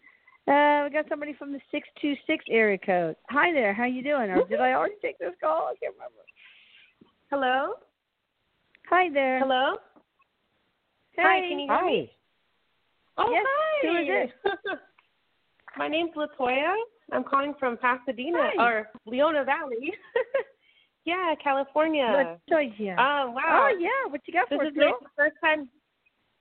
Speaker 3: Uh, we got somebody from the six two six area code. Hi there, how you doing? Or did I already take this call? I can't remember.
Speaker 10: Hello?
Speaker 3: Hi there.
Speaker 10: Hello?
Speaker 3: Hey.
Speaker 10: Hi, can you hear me?
Speaker 4: Hi.
Speaker 10: Oh,
Speaker 3: Yes,
Speaker 10: hi.
Speaker 3: who is
Speaker 10: My name's Latoya. I'm calling from Pasadena
Speaker 3: Hi.
Speaker 10: or Leona Valley. yeah, California.
Speaker 3: Latoya.
Speaker 10: Um, wow.
Speaker 3: oh yeah, what you got for
Speaker 10: This
Speaker 3: us,
Speaker 10: is my
Speaker 3: girl?
Speaker 10: first time.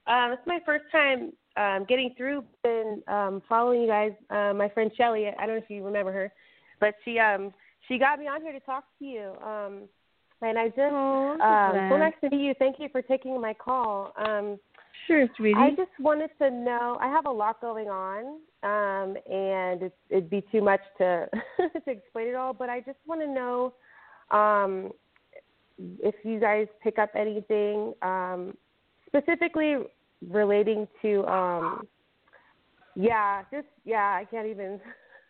Speaker 10: Um, it's my first time um, getting through and um, following you guys. Uh, my friend Shelly, I don't know if you remember her, but she um, she got me on here to talk to you. Um, and I just
Speaker 3: Oh,
Speaker 10: um, so nice to meet you. Thank you for taking my call. Um,
Speaker 3: sure, sweetie.
Speaker 10: I just wanted to know. I have a lot going on, um, and it's, it'd be too much to to explain it all. But I just want to know um, if you guys pick up anything um, specifically relating to. Um, yeah, just yeah. I can't even.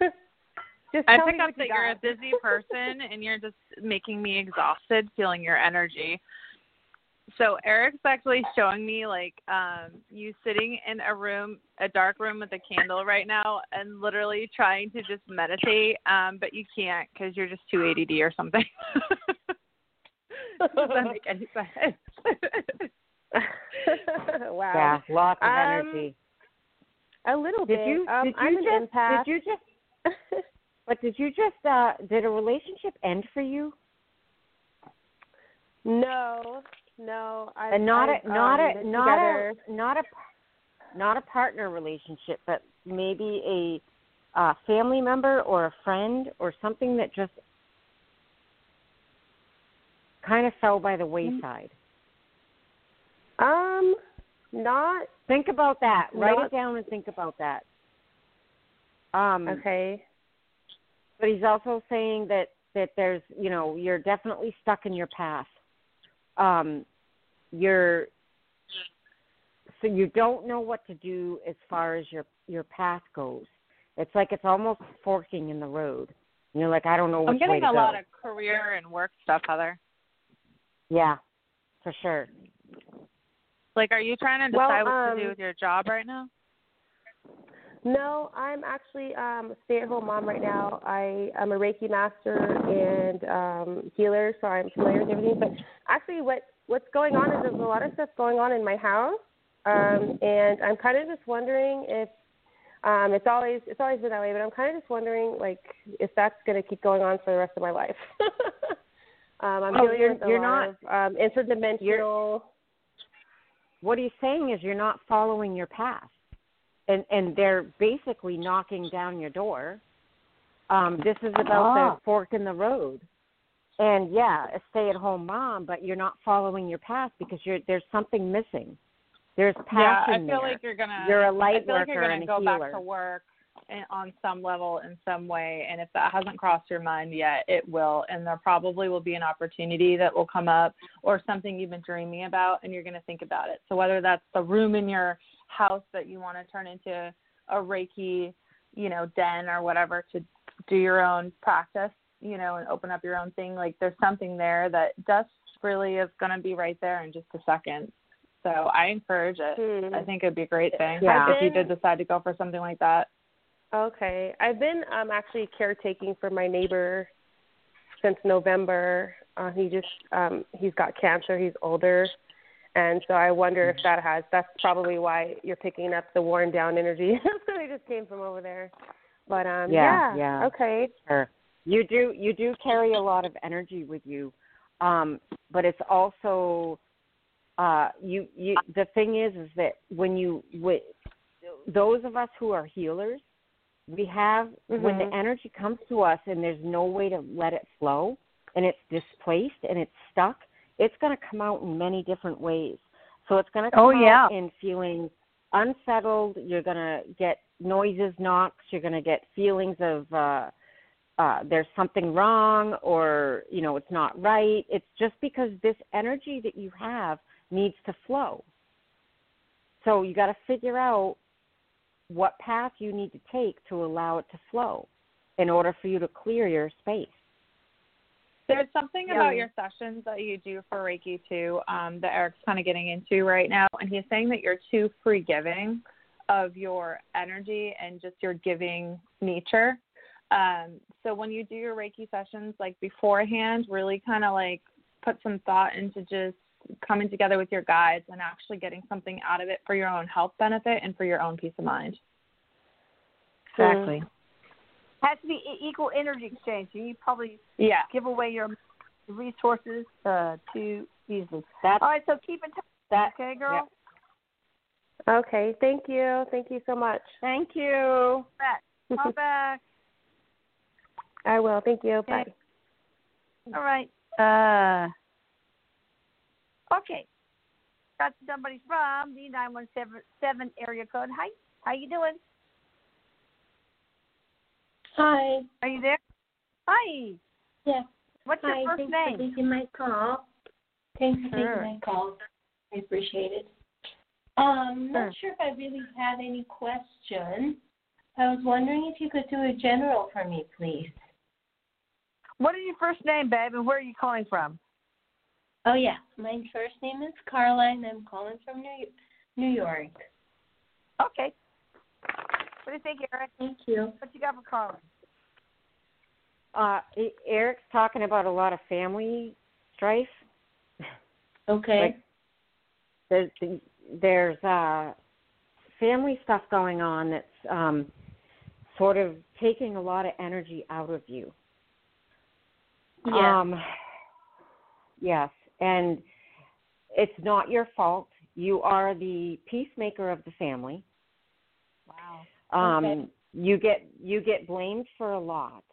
Speaker 10: just
Speaker 5: I
Speaker 10: tell
Speaker 5: pick
Speaker 10: me
Speaker 5: up
Speaker 10: what
Speaker 5: that
Speaker 10: you
Speaker 5: you're a
Speaker 10: got.
Speaker 5: busy person and you're just making me exhausted feeling your energy. So Eric's actually showing me like um you sitting in a room, a dark room with a candle right now, and literally trying to just meditate, um, but you can't because you're just too ADD or something. Does that make any sense?
Speaker 4: Yeah,
Speaker 10: wow.
Speaker 4: lots of
Speaker 10: Um,
Speaker 4: energy.
Speaker 10: A little
Speaker 4: Did
Speaker 10: bit.
Speaker 4: you
Speaker 10: um,
Speaker 4: did you
Speaker 10: I'm
Speaker 4: just
Speaker 10: an empath.
Speaker 4: did you just but did you just uh did a relationship end for you?
Speaker 10: no, no. I,
Speaker 4: and not
Speaker 10: I,
Speaker 4: a not
Speaker 10: um,
Speaker 4: a
Speaker 10: been
Speaker 4: not
Speaker 10: together.
Speaker 4: a not a par- not a partner relationship, but maybe a uh, family member or a friend or something that just kind of fell by the wayside.
Speaker 10: Mm-hmm. Um, not
Speaker 4: Think about that. Write
Speaker 10: Not-
Speaker 4: it down and think about that. Um,
Speaker 10: okay.
Speaker 4: But he's also saying that that there's you know you're definitely stuck in your path. Um, you're so you don't know what to do as far as your your path goes. It's like it's almost forking in the road. And you're like I don't know which
Speaker 5: I'm
Speaker 4: way
Speaker 5: getting
Speaker 4: to
Speaker 5: a
Speaker 4: go.
Speaker 5: lot of career and work stuff, Heather.
Speaker 4: yeah, for sure.
Speaker 5: Like, are you trying to
Speaker 10: Well,
Speaker 5: decide what to
Speaker 10: um,
Speaker 5: do with your job right now?
Speaker 10: No, I'm actually um, a stay-at-home mom right now. I am a Reiki master and um, healer, so I'm familiar with everything. But actually, what what's going on is there's a lot of stuff going on in my house, um, and I'm kind of just wondering if um, it's always it's always been that way. But I'm kind of just wondering like if that's going to keep going on for the rest of my life. um, I'm
Speaker 4: Oh,
Speaker 10: dealing
Speaker 4: you're-
Speaker 10: with a
Speaker 4: you're
Speaker 10: lot of um, interdimensional.
Speaker 4: what he's saying is you're not following your path and and they're basically knocking down your door um this is about
Speaker 5: Ah.
Speaker 4: the fork in the road and yeah a stay at home mom but you're not following your path because you're there's something missing there's
Speaker 5: yeah, I
Speaker 4: passion
Speaker 5: feel
Speaker 4: there.
Speaker 5: like you're gonna.
Speaker 4: You're a
Speaker 5: I
Speaker 4: light
Speaker 5: feel like
Speaker 4: worker
Speaker 5: you're gonna
Speaker 4: and a
Speaker 5: go
Speaker 4: healer
Speaker 5: back to work in, on some level in some way, and if that hasn't crossed your mind yet, it will. And there probably will be an opportunity that will come up, or something you've been dreaming about, and you're gonna think about it. So whether that's the room in your house that you want to turn into a Reiki, you know, den or whatever to do your own practice, you know, and open up your own thing. Like there's something there that just really is gonna be right there in just a second. So I encourage it.
Speaker 10: Hmm.
Speaker 5: I think it'd be a great thing
Speaker 4: Yeah.
Speaker 5: if you
Speaker 10: I've been-
Speaker 5: did decide to go for something like that.
Speaker 10: Okay. I've been um actually caretaking for my neighbor since November. Uh he just um he's got cancer, he's older. And so I wonder if that has that's probably why you're picking up the worn down energy. that's where they just came from over there. But um yeah,
Speaker 4: Yeah, yeah.
Speaker 10: okay.
Speaker 4: Sure. You do you do carry a lot of energy with you, um, but it's also uh, you you. The thing is, is that when you with those of us who are healers, we have when the
Speaker 10: Mhm.
Speaker 4: energy comes to us and there's no way to let it flow, and it's displaced and it's stuck. It's going to come out in many different ways. So it's going to come
Speaker 3: Oh, yeah.
Speaker 4: out in feeling unsettled. You're going to get noises, knocks. You're going to get feelings of uh, uh, there's something wrong or you know it's not right. It's just because this energy that you have needs to flow. So you got to figure out what path you need to take to allow it to flow in order for you to clear your space.
Speaker 5: There's something about your sessions that you do for Reiki too um, that Eric's kind of getting into right now, and he's saying that you're too free giving of your energy and just your giving nature. Um, so when you do your Reiki sessions, like beforehand, really kind of like put some thought into just coming together with your guides and actually getting something out of it for your own health benefit and for your own peace of mind.
Speaker 10: Exactly.
Speaker 3: Has to be e- equal energy exchange. You probably
Speaker 5: Yeah.
Speaker 3: give away your resources uh, too easily.
Speaker 4: That's
Speaker 3: All right, so keep in touch.
Speaker 4: that.
Speaker 3: Okay, girl.
Speaker 4: yeah.
Speaker 10: Okay, thank you. Thank you so much.
Speaker 4: Thank you.
Speaker 3: Call back.
Speaker 10: I will. Thank you. Bye.
Speaker 3: Okay. All right. Uh, okay. Got somebody from the nine one seven seven area code. Hi, how you doing?
Speaker 11: Hi.
Speaker 3: Are you there? Hi.
Speaker 11: Yes.
Speaker 3: What's
Speaker 11: Hi.
Speaker 3: your first
Speaker 11: thanks for
Speaker 3: name?
Speaker 11: taking my call. Thanks for
Speaker 3: Sure.
Speaker 11: taking my call. I appreciate it. Um, not sure if I really have any question. I was wondering if you could do a general for me, please.
Speaker 3: What is your first name, babe, and where are you calling from?
Speaker 11: Oh yeah, my first name is Carla, and I'm calling from New New York.
Speaker 12: Okay. What do you think, Eric?
Speaker 11: Thank you.
Speaker 12: What you got for Carla?
Speaker 4: Uh, E- Eric's talking about a lot of family strife.
Speaker 11: Okay.
Speaker 4: Like, there's there's uh, family stuff going on that's um, sort of taking a lot of energy out of you.
Speaker 11: Yeah.
Speaker 4: Um, yes, and it's not your fault. You are the peacemaker of the family.
Speaker 12: Wow.
Speaker 4: Um,
Speaker 12: Okay.
Speaker 4: You get you get blamed for a lot,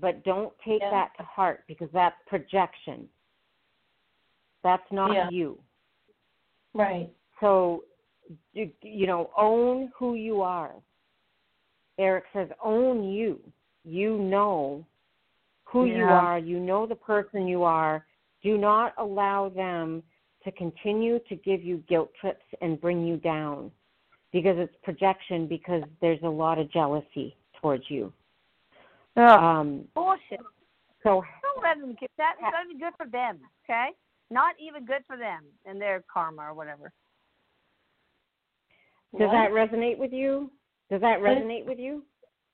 Speaker 4: but don't take
Speaker 12: Yeah.
Speaker 4: that to heart because that's projection. That's not
Speaker 12: Yeah.
Speaker 4: you.
Speaker 11: Right.
Speaker 4: So, you, you know, own who you are. Eric says, own you. You know who you
Speaker 12: Yeah.
Speaker 4: are. You know the person you are. Do not allow them to continue to give you guilt trips and bring you down because it's projection, because there's a lot of jealousy towards you. Um,
Speaker 12: Bullshit.
Speaker 4: so,
Speaker 12: Don't let them get that. It's not even good for them. Okay. Not even good for them and their karma or whatever.
Speaker 4: does that resonate with you? Does that resonate with you?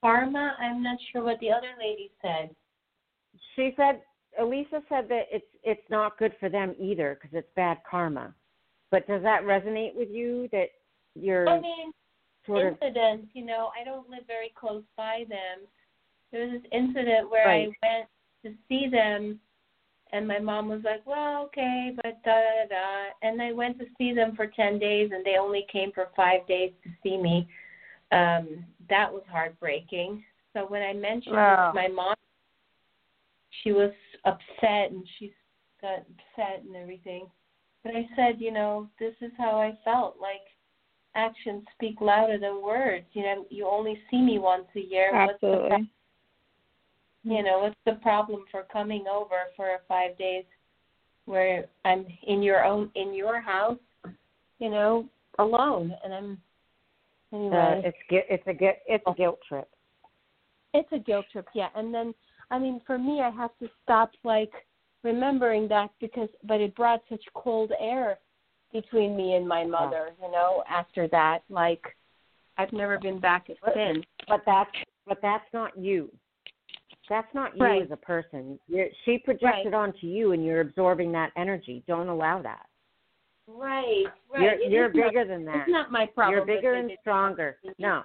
Speaker 11: Karma. I'm not sure what the other lady said.
Speaker 4: she said Elisa said that it's it's not good for them either because it's bad karma. But does that resonate with you that you're
Speaker 11: I mean,
Speaker 4: sort of
Speaker 11: incidents. You know, I don't live very close by them. There was this incident where
Speaker 4: Right.
Speaker 11: I went to see them, and my mom was like, "Well, okay, but da da da." And I went to see them for ten days, and they only came for five days to see me. Um, that was heartbreaking. So when I mentioned
Speaker 12: Wow.
Speaker 11: this to my mom, she was upset, and she got upset and everything. But I said, you know, this is how I felt. Like actions speak louder than words. You know, you only see me once a year. What's the
Speaker 5: Absolutely.
Speaker 11: pro- you know, what's the problem for coming over for five days where I'm in your own in your house, you know, alone and I'm
Speaker 4: uh,
Speaker 11: anyway.
Speaker 4: it's gu- it's a gu- it's a guilt trip.
Speaker 11: It's a guilt trip, yeah. And then, I mean, for me, I have to stop like remembering that because, but it brought such cold air between me and my mother. You know, after that, like I've never been back
Speaker 4: But-
Speaker 11: since.
Speaker 4: But that's but that's not you. That's not you
Speaker 11: Right.
Speaker 4: as a person. You're, she projects
Speaker 11: Right.
Speaker 4: it onto you, and you're absorbing that energy. Don't allow that.
Speaker 11: Right,
Speaker 4: You're you're bigger than that.
Speaker 11: It's not my problem.
Speaker 4: You're
Speaker 11: that
Speaker 4: bigger
Speaker 11: they
Speaker 4: and
Speaker 11: did-
Speaker 4: stronger. No,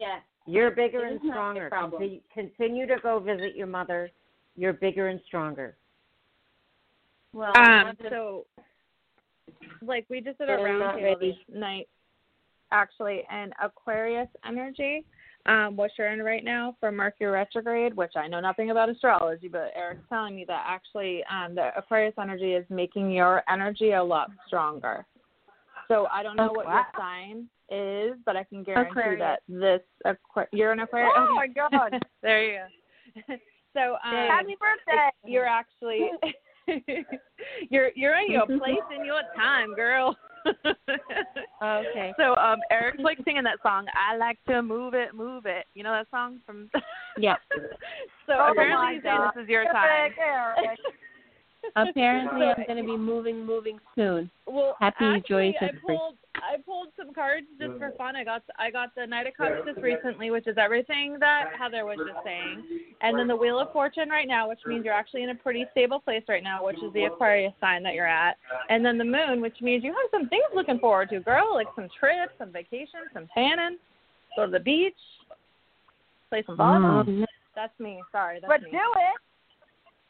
Speaker 11: Yeah.
Speaker 4: You're bigger
Speaker 11: It
Speaker 4: and
Speaker 11: is not my
Speaker 4: stronger.
Speaker 11: problem.
Speaker 4: Conti- Continue to go visit your mother. You're bigger and stronger.
Speaker 11: Well,
Speaker 5: Um,
Speaker 11: I'm just-
Speaker 5: so, like, we just did a
Speaker 11: They're not
Speaker 5: roundtable
Speaker 11: ready.
Speaker 5: this night, actually, and Aquarius energy, um, which you're in right now for Mercury retrograde, which I know nothing about astrology, but Eric's telling me that actually um, the Aquarius energy is making your energy a lot stronger. So I don't know
Speaker 11: Oh,
Speaker 5: what your
Speaker 12: Oh, Wow.
Speaker 5: sign is, but I can guarantee
Speaker 12: Aquarius.
Speaker 5: that this Aquarius, you're an Aquarius.
Speaker 12: Oh my God!
Speaker 5: there you go. so um,
Speaker 12: Happy birthday!
Speaker 5: you're actually you're you're in
Speaker 12: Mm-hmm.
Speaker 5: your place in your time, girl.
Speaker 12: Oh,
Speaker 11: Okay.
Speaker 5: So um Eric's like singing that song, I like to move it, move it. You know that song from
Speaker 4: Yeah.
Speaker 5: So
Speaker 12: Oh my
Speaker 5: apparently he's saying
Speaker 12: God.
Speaker 5: this is your
Speaker 12: Get
Speaker 5: time.
Speaker 12: back there, Rick.
Speaker 11: apparently
Speaker 5: So-
Speaker 11: I'm going to be moving, moving soon.
Speaker 5: Well,
Speaker 11: Happy,
Speaker 5: actually,
Speaker 11: joyous
Speaker 5: I
Speaker 11: birthday.
Speaker 5: pulled I pulled some cards just for fun. I got I got the Knight of Cups just recently, which is everything that Heather was just saying, and then the Wheel of Fortune right now, which means you're actually in a pretty stable place right now, which is the Aquarius sign that you're at, and then the Moon, which means you have some things looking forward to, girl, like some trips, some vacation, some tanning, go to the beach, play some volleyball.
Speaker 10: Mm.
Speaker 3: Mm.
Speaker 5: That's me. Sorry, that's
Speaker 12: But
Speaker 5: me.
Speaker 12: do it.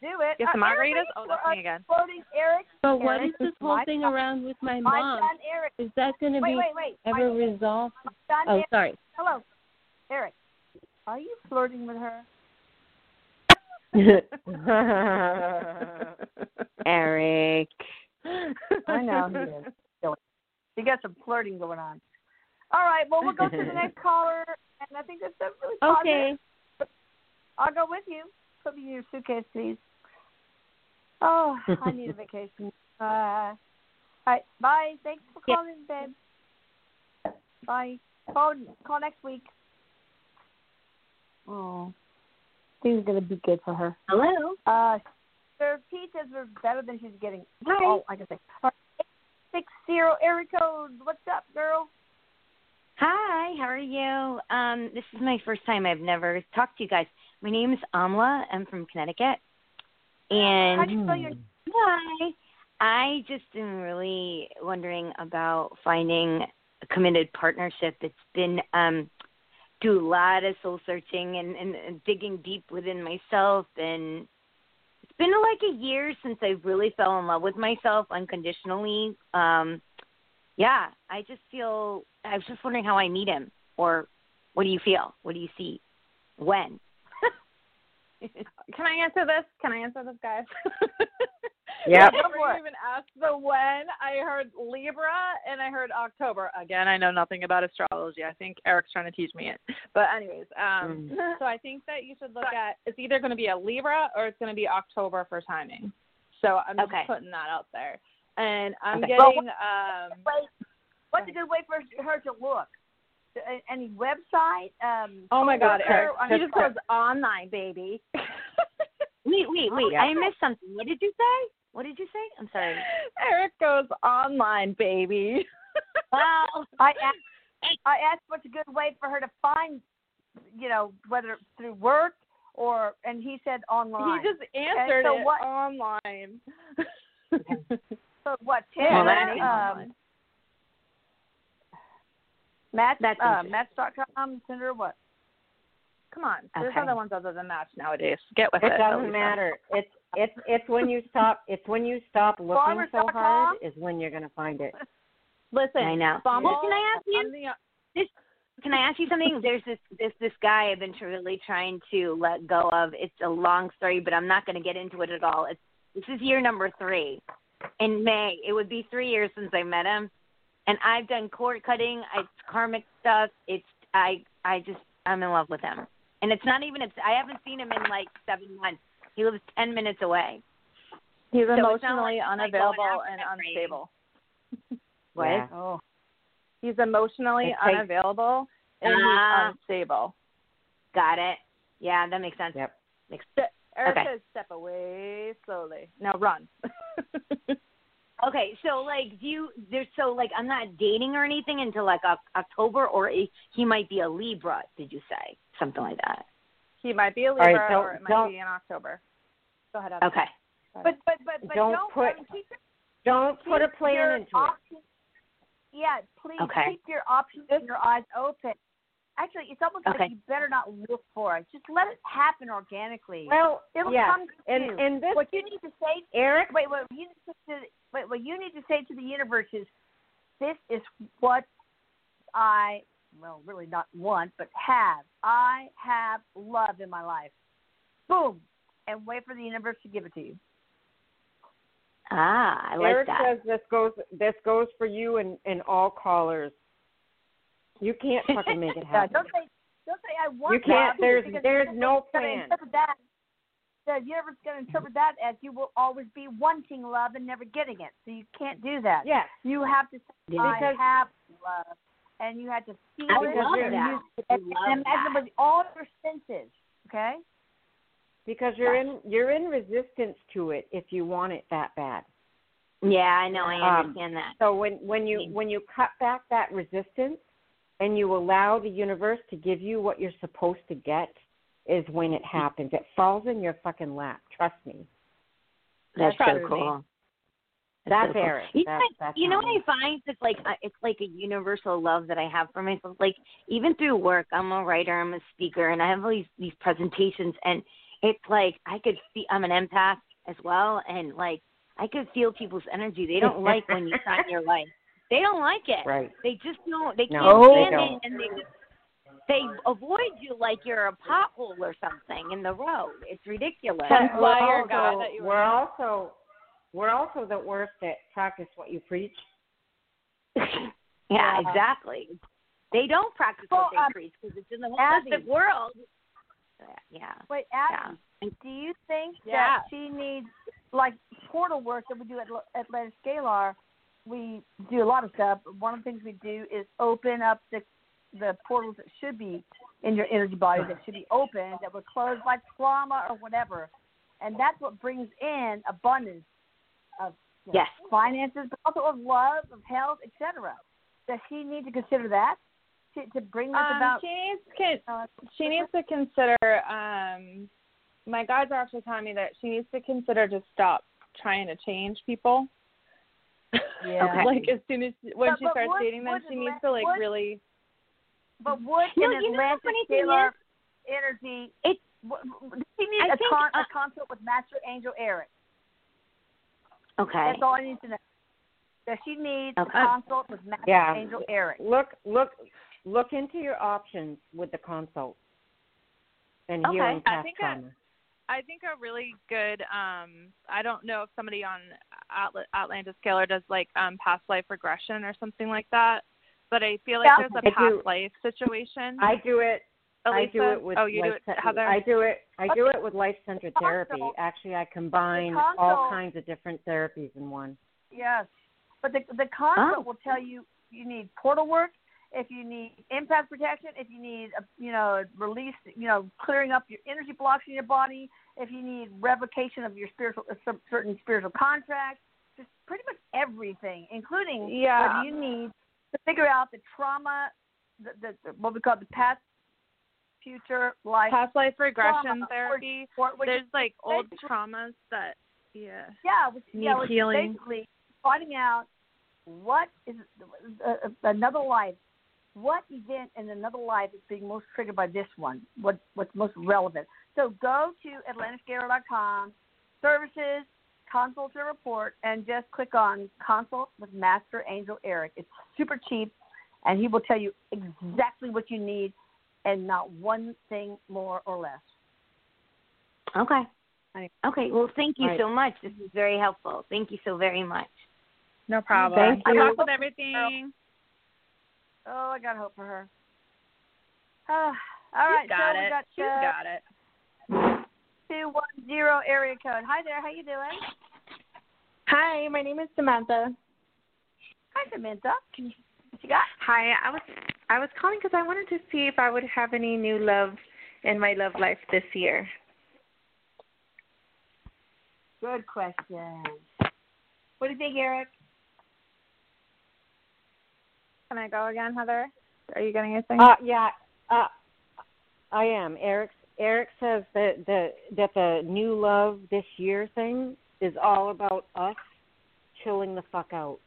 Speaker 12: Do it.
Speaker 5: Get some
Speaker 12: Uh,
Speaker 5: margaritas.
Speaker 12: everybody's
Speaker 5: Oh, that's me again.
Speaker 12: Quoting Eric.
Speaker 11: But what
Speaker 12: Eric
Speaker 11: is this
Speaker 12: is
Speaker 11: whole
Speaker 12: my
Speaker 11: thing
Speaker 12: son.
Speaker 11: around with my
Speaker 12: My
Speaker 11: mom?
Speaker 12: son Eric.
Speaker 11: Is that going to
Speaker 12: Wait,
Speaker 11: be
Speaker 12: wait, wait. My,
Speaker 11: ever resolved?
Speaker 12: my son
Speaker 11: Oh,
Speaker 12: Eric.
Speaker 11: sorry.
Speaker 12: Hello, Eric. Are you flirting with her?
Speaker 4: Eric.
Speaker 12: I know he is. Silly. You got some flirting going on. All right. Well, we'll go to the next caller, and I think that's a really positive.
Speaker 11: Okay.
Speaker 12: I'll go with you. Put me in your suitcase, please. Oh, I need a vacation. Uh, all right. Bye. Thanks for
Speaker 11: Yeah.
Speaker 12: calling, babe. Bye. Call call next week. Oh, things are gonna be good for her.
Speaker 11: Hello.
Speaker 12: Uh,
Speaker 3: Their pizzas were better than she's getting. Oh, I can say. All right. Six zero area code. What's up, girl?
Speaker 13: Hi, how are you? Um, this is my first time. I've never talked to you guys. My name is Amla. I'm from Connecticut. And
Speaker 3: How do you spell your
Speaker 13: Hi. I just am really wondering about finding a committed partnership. It's been um do a lot of soul searching and, and, and digging deep within myself and it's been like a year since I really fell in love with myself unconditionally. Um yeah, I just feel I was just wondering how I meet him or what do you feel? What do you see? When?
Speaker 5: Can I answer this? Can I answer this, guys?
Speaker 13: Yep.
Speaker 5: Before you even asked the when, I heard Libra and I heard October. Again, I know nothing about astrology. I think Eric's trying to teach me it. But anyways, um,
Speaker 3: Mm.
Speaker 5: so I think that you should look at it's either going to be a Libra or it's going to be October for timing. So I'm just
Speaker 3: Okay.
Speaker 5: putting that out there. And I'm
Speaker 3: Okay. Well,
Speaker 5: getting
Speaker 3: what-
Speaker 5: um,
Speaker 3: Wait, what's a good way for her to look? A- Any website? Um,
Speaker 5: Oh my God,
Speaker 3: Twitter?
Speaker 5: Eric,
Speaker 3: I mean,
Speaker 5: she just
Speaker 3: because-
Speaker 5: goes online, baby.
Speaker 13: Wait, wait, wait.
Speaker 5: Yeah.
Speaker 13: I missed something. What did you say? What did you say? I'm sorry.
Speaker 5: Eric goes online, baby.
Speaker 13: Wow.
Speaker 3: I asked, I asked what's a good way for her to find, you know, whether through work or, and he said online.
Speaker 5: He just
Speaker 3: Okay,
Speaker 5: answered
Speaker 3: so
Speaker 5: it
Speaker 3: what,
Speaker 5: online.
Speaker 3: So what? Tinder,
Speaker 5: Well, that's
Speaker 3: um, Match.
Speaker 5: That's
Speaker 3: uh,
Speaker 5: interesting.
Speaker 3: Match.com. Tinder. What?
Speaker 5: Come on, there's
Speaker 4: Okay.
Speaker 5: other ones other than Match nowadays. Get with it.
Speaker 4: it doesn't
Speaker 5: Elisa.
Speaker 4: matter. It's it's it's when you stop it's when you stop looking so hard
Speaker 5: Farmers.com?
Speaker 4: is when you're gonna find it.
Speaker 5: Listen,
Speaker 13: I know.
Speaker 5: Bumble,
Speaker 13: Well, can I ask you?
Speaker 5: I'm the-
Speaker 13: This, can I ask you something? There's this this this guy I've been tr- really trying to let go of. It's a long story, but I'm not going to get into it at all. It's this is year number three. In May, it would be three years since I met him, and I've done cord cutting. It's karmic stuff. It's I I just I'm in love with him, and it's not even. It's, I haven't seen him in like seven months. He lives ten minutes away.
Speaker 5: He's
Speaker 13: So it's not
Speaker 5: emotionally
Speaker 13: like- like going
Speaker 5: unavailable
Speaker 13: after
Speaker 5: and
Speaker 13: that rating.
Speaker 5: unstable.
Speaker 13: What?
Speaker 4: Yeah.
Speaker 5: Oh. He's emotionally
Speaker 4: It takes-
Speaker 5: unavailable and
Speaker 13: Ah.
Speaker 5: he's unstable.
Speaker 13: Got it. Yeah, that makes sense.
Speaker 4: Yep.
Speaker 13: Makes
Speaker 5: Eric
Speaker 13: Okay.
Speaker 5: says step away slowly. Now run.
Speaker 13: Okay, so like, do you? There's so like, I'm not dating or anything until like Oc- October, or i he might be a Libra. Did you say something like that?
Speaker 5: He might be a
Speaker 4: right,
Speaker 5: Libra or
Speaker 4: don't-
Speaker 5: it might
Speaker 4: don't-
Speaker 5: be in October. Go ahead. Abby.
Speaker 13: Okay.
Speaker 3: But but but but
Speaker 4: Don't
Speaker 3: don't
Speaker 4: put-
Speaker 3: um, keep your-
Speaker 4: Don't put a
Speaker 3: keep your
Speaker 4: plan into it.
Speaker 3: options- Yeah, please
Speaker 13: Okay.
Speaker 3: keep your options and your eyes open. Actually, it's almost
Speaker 13: Okay.
Speaker 3: like you better not look for it. Just let it happen organically.
Speaker 4: Well,
Speaker 3: It'll
Speaker 4: yeah,
Speaker 3: come to
Speaker 4: and
Speaker 3: you.
Speaker 4: and this
Speaker 3: what you need to say,
Speaker 4: Eric,
Speaker 3: wait, what you need to say to, wait, what you need to say to the universe is, this is what I, well, really not want, but have. I have love in my life. Boom, and wait for the universe to give it to you.
Speaker 13: Ah, I like
Speaker 4: Eric
Speaker 13: that.
Speaker 4: says this goes this goes for you and and all callers. You can't fucking make it
Speaker 3: Yeah,
Speaker 4: happen.
Speaker 3: don't say don't say I want.
Speaker 4: You can't.
Speaker 3: that,
Speaker 4: There's
Speaker 3: because
Speaker 4: there's
Speaker 3: the
Speaker 4: no
Speaker 3: universe is gonna
Speaker 4: plan.
Speaker 3: interpret that- The universe is going to interpret that as you will always be wanting love and never getting it. So you can't do that.
Speaker 4: Yes.
Speaker 3: You have to say
Speaker 13: Yeah.
Speaker 3: I
Speaker 4: Because-
Speaker 3: have love, and you have to feel
Speaker 13: I
Speaker 3: it.
Speaker 13: love
Speaker 3: and
Speaker 13: that.
Speaker 3: use-
Speaker 13: I
Speaker 3: And, and
Speaker 13: love
Speaker 3: imagine
Speaker 13: that.
Speaker 3: with all your senses. Okay.
Speaker 4: Because you're in you're in resistance to it if you want it that bad.
Speaker 13: Yeah, I know. I
Speaker 4: Um,
Speaker 13: understand that. Mm.
Speaker 4: So when when you when you cut back that resistance and you allow the universe to give you what you're supposed to get is when
Speaker 13: Mm.
Speaker 4: it happens. It falls in your fucking lap. Trust me.
Speaker 13: That's,
Speaker 5: probably
Speaker 13: so
Speaker 5: me.
Speaker 13: cool.
Speaker 4: That's
Speaker 13: so cool.
Speaker 4: Eric.
Speaker 13: You, know
Speaker 4: That's-
Speaker 13: what-
Speaker 4: that's
Speaker 13: you know
Speaker 4: how
Speaker 13: what I find? It's like uh, it's like a universal love that I have for myself. Like even through work, I'm a writer, I'm a speaker, and I have all these these presentations, and it's like I could see I'm an empath as well, and like I could feel people's energy. They don't like when you sign your life. They don't like it.
Speaker 4: Right.
Speaker 13: They just don't. They can't
Speaker 4: No, they
Speaker 13: stand it,
Speaker 4: don't.
Speaker 13: and they just they avoid you like you're a pothole or something in the road. It's ridiculous.
Speaker 5: Hence
Speaker 4: We're
Speaker 5: why you're a guy
Speaker 4: also,
Speaker 5: that you were.
Speaker 4: we're also we're also the worst at practice what you preach. Uh,
Speaker 13: yeah, exactly. They don't practice what
Speaker 3: Well,
Speaker 13: they
Speaker 3: um,
Speaker 13: preach because it's in the
Speaker 3: Abby.
Speaker 13: holistic world. Yeah,
Speaker 3: Wait,
Speaker 13: yeah.
Speaker 3: Abby, do you think
Speaker 5: Yeah.
Speaker 3: that she needs like portal work that we do at at Letter Scalar? We do a lot of stuff. but One of the things we do is open up the the portals that should be in your energy body that should be open that were closed, like trauma or whatever. and that's what brings in abundance of you know,
Speaker 13: Yes.
Speaker 3: finances, but also of love, of health, etc. Does she need to consider that to, to bring this
Speaker 5: Um,
Speaker 3: about?
Speaker 5: she needs to, she needs to consider. Um, my guides are actually telling me that she needs to consider to stop trying to change people.
Speaker 3: Yeah. Okay.
Speaker 5: like as soon as when
Speaker 3: But-
Speaker 5: she
Speaker 3: but
Speaker 5: starts
Speaker 3: would-
Speaker 5: dating them,
Speaker 3: would
Speaker 5: she
Speaker 3: Atlan-
Speaker 5: needs to like
Speaker 3: would-
Speaker 5: really.
Speaker 3: But would
Speaker 5: No,
Speaker 3: an
Speaker 5: you know the
Speaker 3: Atlantic
Speaker 5: funny thing
Speaker 3: Sailor
Speaker 5: is-
Speaker 3: energy? It, w- w- does she need
Speaker 13: I
Speaker 3: a,
Speaker 13: think,
Speaker 3: con-
Speaker 13: uh,
Speaker 3: a consult with Master Angel Eric?
Speaker 13: Okay.
Speaker 3: That's all I need to know. Does she need
Speaker 4: Okay.
Speaker 3: a consult with Master
Speaker 4: Yeah.
Speaker 3: Angel Eric?
Speaker 4: Look, look, look into your options with the consult and
Speaker 5: Okay.
Speaker 4: healing
Speaker 5: I
Speaker 4: past
Speaker 5: think I-
Speaker 4: trauma.
Speaker 5: I think a really good. Um, I don't know if somebody on Atl- Atlantis Scalar does like um, past life regression or something like that, but I feel like
Speaker 4: Yeah.
Speaker 5: there's
Speaker 4: I
Speaker 5: a past
Speaker 4: do.
Speaker 5: life situation.
Speaker 4: I do it. I do
Speaker 5: Elisa?
Speaker 4: it with
Speaker 5: oh, you do
Speaker 4: life
Speaker 5: it,
Speaker 4: cen-
Speaker 5: Heather.
Speaker 4: I do it. I do
Speaker 5: Okay.
Speaker 4: it with life centered therapy. Actually, I combine
Speaker 3: The
Speaker 4: all
Speaker 3: consult-
Speaker 4: kinds of different therapies in one.
Speaker 3: Yes, but the the consult will tell you you need portal work, if you need impact protection, if you need a, you know release, you know clearing up your energy blocks in your body, if you need revocation of your spiritual some certain spiritual contracts, just pretty much everything, including
Speaker 5: Yeah.
Speaker 3: what you need to figure out the trauma, the, the, the what we call the past, future life,
Speaker 5: past life regression
Speaker 3: trauma, or-
Speaker 5: therapy.
Speaker 3: or- which
Speaker 5: There's
Speaker 3: is
Speaker 5: like old
Speaker 3: basically-
Speaker 5: traumas that yeah.
Speaker 3: yeah, which, yeah,
Speaker 5: Need
Speaker 3: which is
Speaker 5: healing.
Speaker 3: basically finding out what is uh, another life, what event in another life is being most triggered by this one, what what's most relevant. So go to atlanticgara.com, services, consult your report, and just click on consult with Master Angel Eric. It's super cheap, and he will tell you exactly what you need and not one thing more or less.
Speaker 13: Okay.
Speaker 3: Anyway.
Speaker 13: Okay. Well, thank you
Speaker 3: Right.
Speaker 13: so much. This is very helpful. Thank you so very much.
Speaker 5: No problem.
Speaker 13: Thank
Speaker 5: I
Speaker 13: you.
Speaker 5: talked with everything.
Speaker 3: Oh, I got hope for her. Oh, all right,
Speaker 5: you got
Speaker 3: so
Speaker 5: it.
Speaker 3: we got
Speaker 5: you
Speaker 3: uh,
Speaker 5: got it.
Speaker 3: two one zero area code. Hi there, how you doing?
Speaker 14: Hi, my name is Samantha.
Speaker 3: Hi Samantha. What you got?
Speaker 14: Hi, I was I was calling because I wanted to see if I would have any new love in my love life this year.
Speaker 3: Good question. What do you think, Eric?
Speaker 5: Can I go again, Heather? Are you getting anything?
Speaker 4: Uh, yeah, uh, I am. Eric Eric says that the that the new love this year thing is all about us chilling the fuck out.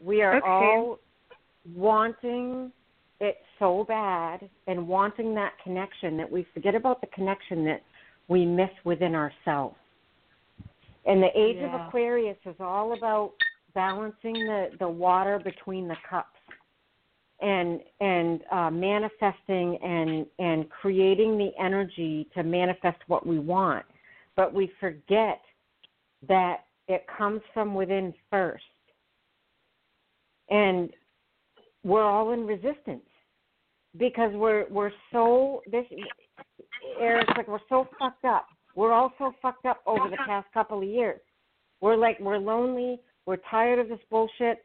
Speaker 4: We are
Speaker 14: Okay.
Speaker 4: all wanting it so bad and wanting that connection that we forget about the connection that we miss within ourselves. And the age
Speaker 14: Yeah.
Speaker 4: of Aquarius is all about balancing the, the water between the cups and and uh, manifesting and and creating the energy to manifest what we want. But we forget that it comes from within first. And we're all in resistance because we're we're so this Eric's like we're so fucked up. We're all so fucked up over the past couple of years. We're like we're lonely, we're tired of this bullshit,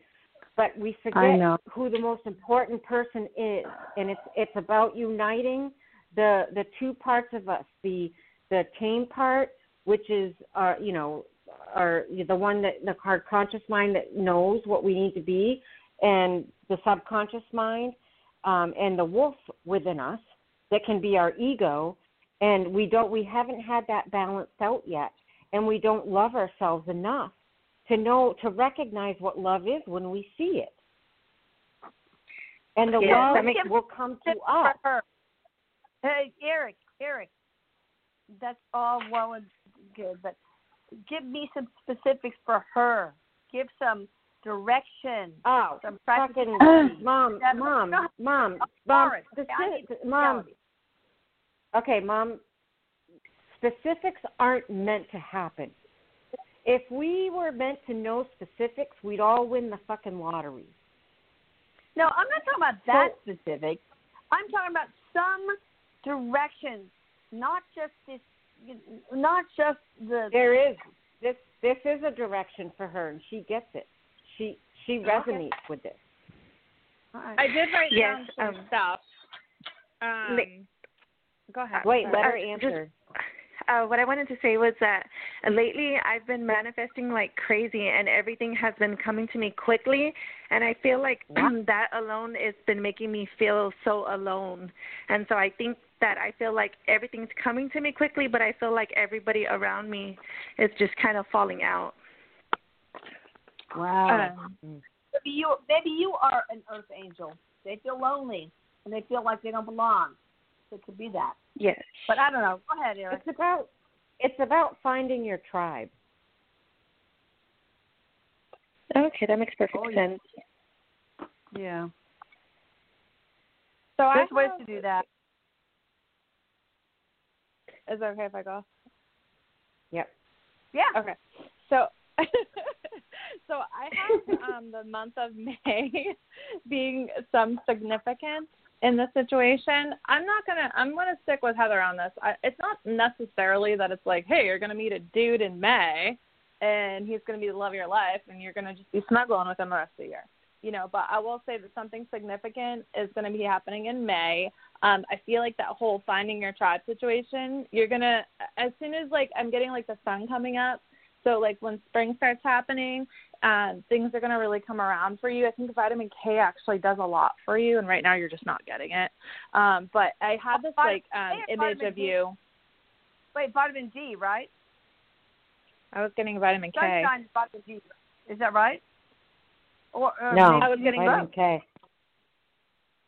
Speaker 4: but we
Speaker 14: I
Speaker 4: forget
Speaker 14: know.
Speaker 4: who the most important person is. And it's it's about uniting the the two parts of us, the the tame part, which is uh you know our the one that the our conscious mind that knows what we need to be and the subconscious mind um, and the wolf within us that can be our ego and we don't we haven't had that balanced out yet and we don't love ourselves enough to know to recognize what love is when we see it and the
Speaker 14: Yeah,
Speaker 4: love
Speaker 14: that makes-
Speaker 4: will come to
Speaker 3: Tip
Speaker 4: us
Speaker 3: for her. Hey, Eric, Eric. That's all well and good, but give me some specifics for her. Give some direction.
Speaker 4: Oh,
Speaker 3: some
Speaker 4: fucking
Speaker 3: practical-
Speaker 4: mom,
Speaker 3: That's-
Speaker 4: mom,
Speaker 3: No,
Speaker 4: mom,
Speaker 3: I'm
Speaker 4: mom,
Speaker 3: sorry.
Speaker 4: specific-
Speaker 3: I need
Speaker 4: mom. Okay, mom. Specifics aren't meant to happen. If we were meant to know specifics, we'd all win the fucking lottery.
Speaker 3: No, I'm not talking about that specific. I'm talking about some direction, not just this, not just the.
Speaker 4: There is this. This is a direction for her, and she gets it. She she resonates with this.
Speaker 5: I did write
Speaker 14: Yes,
Speaker 5: down some
Speaker 14: um,
Speaker 5: stuff. Um,
Speaker 14: li-
Speaker 5: go ahead.
Speaker 4: Wait, let her
Speaker 5: Sorry.
Speaker 4: answer.
Speaker 10: uh, what I wanted to say was that lately I've been manifesting like crazy, and everything has been coming to me quickly. And I feel like that alone has been making me feel so alone. And so I think that I feel like everything's coming to me quickly, but I feel like everybody around me is just kind of falling out.
Speaker 15: Wow.
Speaker 10: Um,
Speaker 3: Maybe you maybe you are an earth angel. They feel lonely and they feel like they don't belong. It could be that.
Speaker 10: yes.
Speaker 3: But I don't know. Go ahead, Eric.
Speaker 4: It's about it's about finding your tribe.
Speaker 10: Okay, that makes perfect
Speaker 3: Oh, yeah.
Speaker 10: sense.
Speaker 15: Yeah.
Speaker 5: So I
Speaker 3: There's ways
Speaker 5: have-
Speaker 3: to do that.
Speaker 5: Is it okay if I go?
Speaker 4: Yep.
Speaker 3: Yeah.
Speaker 5: Okay. So so I have um, the month of May being some significance in the situation. I'm not gonna. I'm gonna stick with Heather on this. I, it's not necessarily that it's like, hey, you're gonna meet a dude in May, and he's gonna be the love of your life, and you're gonna just be snuggling with him the rest of the year. You know, but I will say that something significant is going to be happening in May. Um, I feel like that whole finding your tribe situation. You're gonna as soon as like I'm getting like the sun coming up, so like when spring starts happening, um, things are going to really come around for you. I think vitamin K actually does a lot for you, and right now you're just not getting it. Um, but I had this like um,
Speaker 3: Hey,
Speaker 5: image
Speaker 3: vitamin
Speaker 5: of
Speaker 3: D.
Speaker 5: you.
Speaker 3: Wait, vitamin D, right?
Speaker 5: I was getting vitamin K.
Speaker 3: Sunshine is vitamin D. Is that right? Or, or
Speaker 4: no,
Speaker 3: maybe you
Speaker 4: vitamin
Speaker 3: both.
Speaker 4: K.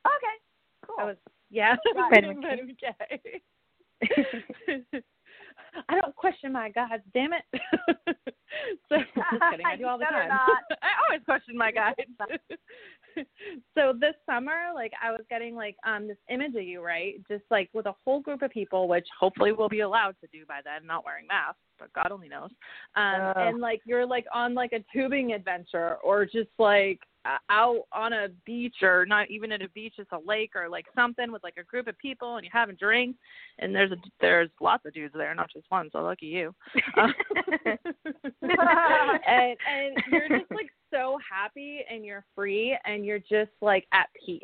Speaker 3: Okay. Cool.
Speaker 5: I was yeah,
Speaker 3: Right.
Speaker 5: vitamin K. I don't question my guides, damn it. so just kidding, I do all the
Speaker 3: You better
Speaker 5: time.
Speaker 3: not.
Speaker 5: I always question my guides. so this summer, like I was getting like um this image of you, right? Just like with a whole group of people, which hopefully we'll be allowed to do by then, not wearing masks, but God only knows. Um
Speaker 3: Ugh.
Speaker 5: and like you're like on like a tubing adventure or just like uh, out on a beach or not even at a beach, it's a lake or like something with like a group of people and you having drinks and there's a there's lots of dudes there, not just one, so lucky you. Um, and and you're just like so happy and you're free and you're just like at peace.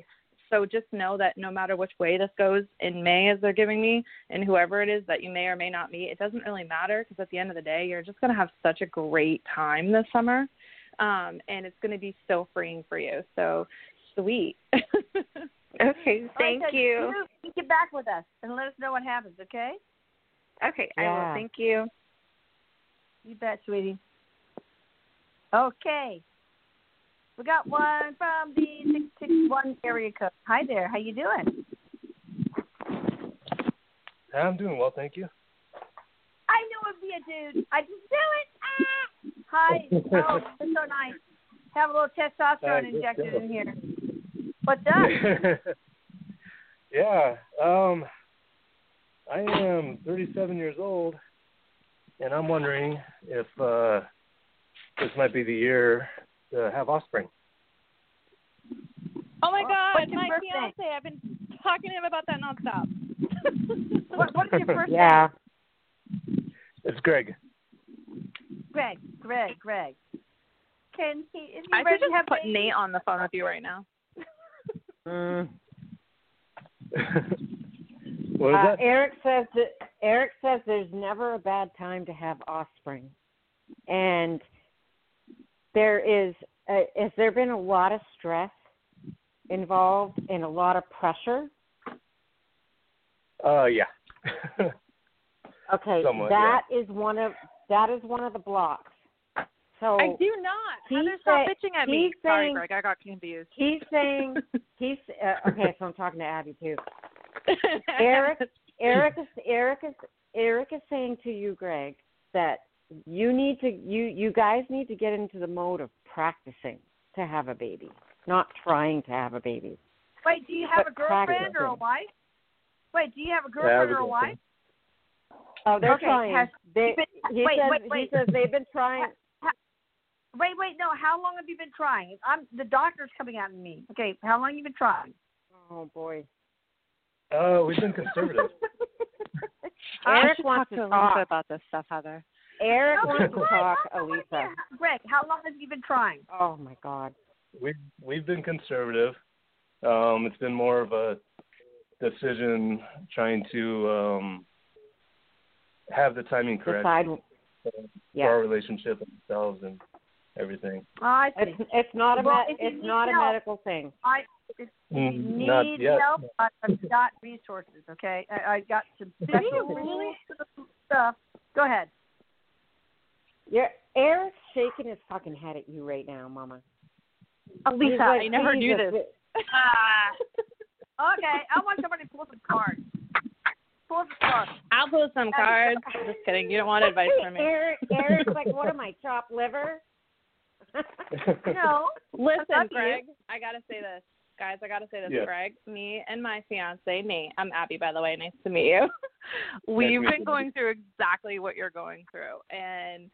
Speaker 5: So just know that no matter which way this goes in May, as they're giving me, and whoever it is that you may or may not meet, it doesn't really matter because at the end of the day, you're just going to have such a great time this summer, um, and it's going to be so freeing for you. So sweet.
Speaker 10: Okay, thank
Speaker 3: All right, so
Speaker 10: you.
Speaker 3: you get back with us and let us know what happens, okay?
Speaker 10: Okay, I
Speaker 3: Yeah.
Speaker 10: will. Thank you.
Speaker 3: You bet, sweetie. Okay. We got one from the six six one area code. Hi there. How you doing?
Speaker 16: I'm doing well, thank you.
Speaker 3: I knew it'd be a dude. I just knew it. Ah! Hi. Oh, that's so nice. Have a little
Speaker 16: Uh,
Speaker 3: testosterone
Speaker 16: yes,
Speaker 3: injected
Speaker 16: yes.
Speaker 3: in here. What's up?
Speaker 16: yeah. Um I am 37 years old and I'm wondering if uh this might be the year to have offspring.
Speaker 5: Oh my God,
Speaker 3: What's your
Speaker 5: my
Speaker 3: birthday?
Speaker 5: fiance! I've been talking to him about that nonstop.
Speaker 3: what, what is your first name?
Speaker 4: Yeah.
Speaker 16: It's Greg.
Speaker 3: Greg. Greg. Greg. Can he? Is he
Speaker 5: I
Speaker 3: ready to
Speaker 5: should just
Speaker 3: have
Speaker 5: put
Speaker 3: babies?
Speaker 5: Nate on the phone with you right now.
Speaker 16: Mm. what is
Speaker 4: Uh,
Speaker 16: that?
Speaker 4: Eric says that Eric says there's never a bad time to have offspring, and there is. Uh, has there been a lot of stress involved and a lot of pressure?
Speaker 16: Uh yeah.
Speaker 4: Okay,
Speaker 16: Somewhat,
Speaker 4: that is one of that is one of the blocks. So
Speaker 5: I do not.
Speaker 4: he
Speaker 5: Heather, stop
Speaker 4: said-
Speaker 5: bitching at
Speaker 4: he's
Speaker 5: me. Sorry,
Speaker 4: saying-
Speaker 5: Greg, I got confused.
Speaker 4: he's saying he's uh, okay. So I'm talking to Abby too. Eric, Eric is Eric is Eric is saying to you, Greg, that you need to you you guys need to get into the mode of practicing to have a baby, not trying to have a baby.
Speaker 3: Wait, do you have
Speaker 4: But
Speaker 3: a girlfriend or a
Speaker 4: practicing.
Speaker 3: wife? Wait, do you have a
Speaker 16: Yeah, I
Speaker 3: girlfriend
Speaker 16: was
Speaker 3: or a
Speaker 16: gonna
Speaker 3: wife?
Speaker 16: say.
Speaker 4: Oh, they're
Speaker 3: Okay,
Speaker 4: trying.
Speaker 3: has-
Speaker 4: they, he
Speaker 3: wait,
Speaker 4: says,
Speaker 3: wait, wait.
Speaker 4: He says they've been trying.
Speaker 3: Wait, wait, no. How long have you been trying? I'm the doctor's coming at me. Okay, how long you been trying?
Speaker 4: Oh boy,
Speaker 16: Oh, we've been conservative.
Speaker 5: I
Speaker 4: Eric
Speaker 5: should
Speaker 4: wants
Speaker 5: talk
Speaker 4: to
Speaker 5: to Alicia
Speaker 4: talk.
Speaker 5: about this stuff, Heather.
Speaker 4: Eric
Speaker 3: Okay,
Speaker 4: wants to
Speaker 3: Greg,
Speaker 4: talk,
Speaker 3: how long have you-
Speaker 4: Elisa.
Speaker 3: Greg, how long have you been trying?
Speaker 4: Oh my God.
Speaker 16: we've we've been conservative. Um, it's been more of a decision trying to um, have the timing correct
Speaker 4: Decide-
Speaker 16: for
Speaker 4: yeah.
Speaker 16: our relationship and themselves and everything.
Speaker 3: I
Speaker 4: see. It's, it's not a
Speaker 3: Well,
Speaker 4: med-
Speaker 3: if you
Speaker 4: it's
Speaker 3: need
Speaker 4: not a
Speaker 3: help-
Speaker 4: medical thing.
Speaker 3: I if you
Speaker 16: Mm,
Speaker 3: need
Speaker 16: not yet.
Speaker 3: help, I- I've got resources. Okay, I, I got some special
Speaker 4: really?
Speaker 3: stuff. Go ahead.
Speaker 4: You're, Eric's shaking his fucking head at you right now, Mama.
Speaker 3: Uh, Lisa,
Speaker 4: He's like,
Speaker 3: I never knew
Speaker 4: "Jesus,
Speaker 3: this." Ah. okay, I want somebody to pull up a card. Pull up a card.
Speaker 5: I'll pull some cards. Just kidding. You don't want advice from me.
Speaker 4: Eric, Eric's like, what am I, chopped liver?
Speaker 5: No. Listen,
Speaker 4: Love you.
Speaker 5: Greg, I gotta say this. Guys, I gotta say this,
Speaker 4: Yeah.
Speaker 5: Greg. Me and my fiance, Nate, I'm Abby by the way, nice to meet you. We've
Speaker 17: Nice to meet
Speaker 5: been
Speaker 17: you.
Speaker 5: going through exactly what you're going through. And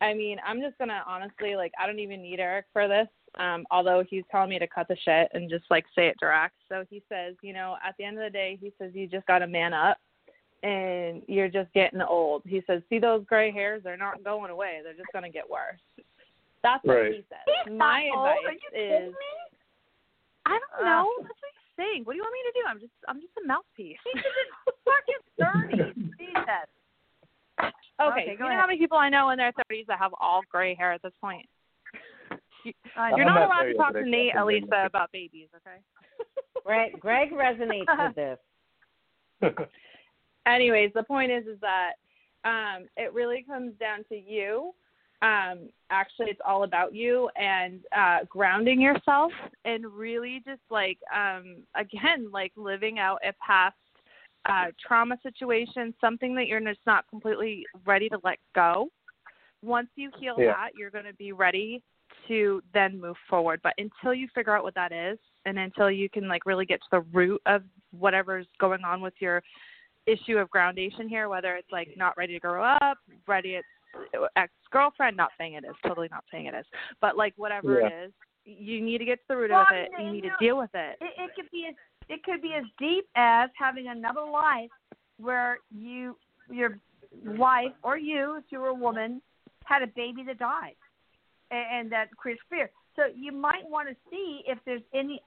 Speaker 5: I mean, I'm just gonna honestly like I don't even need Eric for this. Um, although he's telling me to cut the shit and just like say it direct. So he says, you know, at the end of the day, he says you just gotta man up and you're just getting old. He says, See those gray hairs, they're not going away, they're just gonna get worse. That's what
Speaker 17: Right.
Speaker 5: he says. My
Speaker 17: not old. Are
Speaker 5: advice
Speaker 17: you
Speaker 5: is uh,
Speaker 17: kidding
Speaker 5: I don't
Speaker 17: Ah.
Speaker 5: know. That's what he's saying. What do you want me to do? I'm just I'm just a mouthpiece.
Speaker 3: fucking thirty. Jesus.
Speaker 5: Okay,
Speaker 3: Okay,
Speaker 5: you
Speaker 3: go
Speaker 5: know
Speaker 3: ahead.
Speaker 5: how many people I know in their thirties that have all gray hair at this point? You,
Speaker 4: I
Speaker 5: you're
Speaker 4: know.
Speaker 5: not
Speaker 4: I'm not
Speaker 5: allowed to
Speaker 4: very
Speaker 5: talk
Speaker 4: good
Speaker 5: to
Speaker 4: at
Speaker 5: Nate,
Speaker 4: that.
Speaker 5: Elisa, about babies, okay?
Speaker 4: Greg, Greg resonates with this.
Speaker 5: anyways, the point is is that um, it really comes down to you. Um, actually, it's all about you and uh, grounding yourself and really just like um, again, like living out a past uh, trauma situation, something that you're just not completely ready to let go. Once you heal
Speaker 17: Yeah.
Speaker 5: that, you're going to be ready to then move forward. But until you figure out what that is, and until you can like really get to the root of whatever's going on with your issue of groundation here, whether it's like not ready to grow up, ready it's ex girlfriend, not saying it is, totally not saying it is, but like whatever
Speaker 17: Yeah.
Speaker 5: it is, you need to get to the root
Speaker 3: Well,
Speaker 5: of
Speaker 3: I
Speaker 5: it.
Speaker 3: mean,
Speaker 5: You need
Speaker 3: you
Speaker 5: to
Speaker 3: know,
Speaker 5: deal with it.
Speaker 3: It, it could be as it could be as deep as having another life where you your wife or you, if you were a woman, had a baby that died, and, and that creates fear. So you might want to see if there's any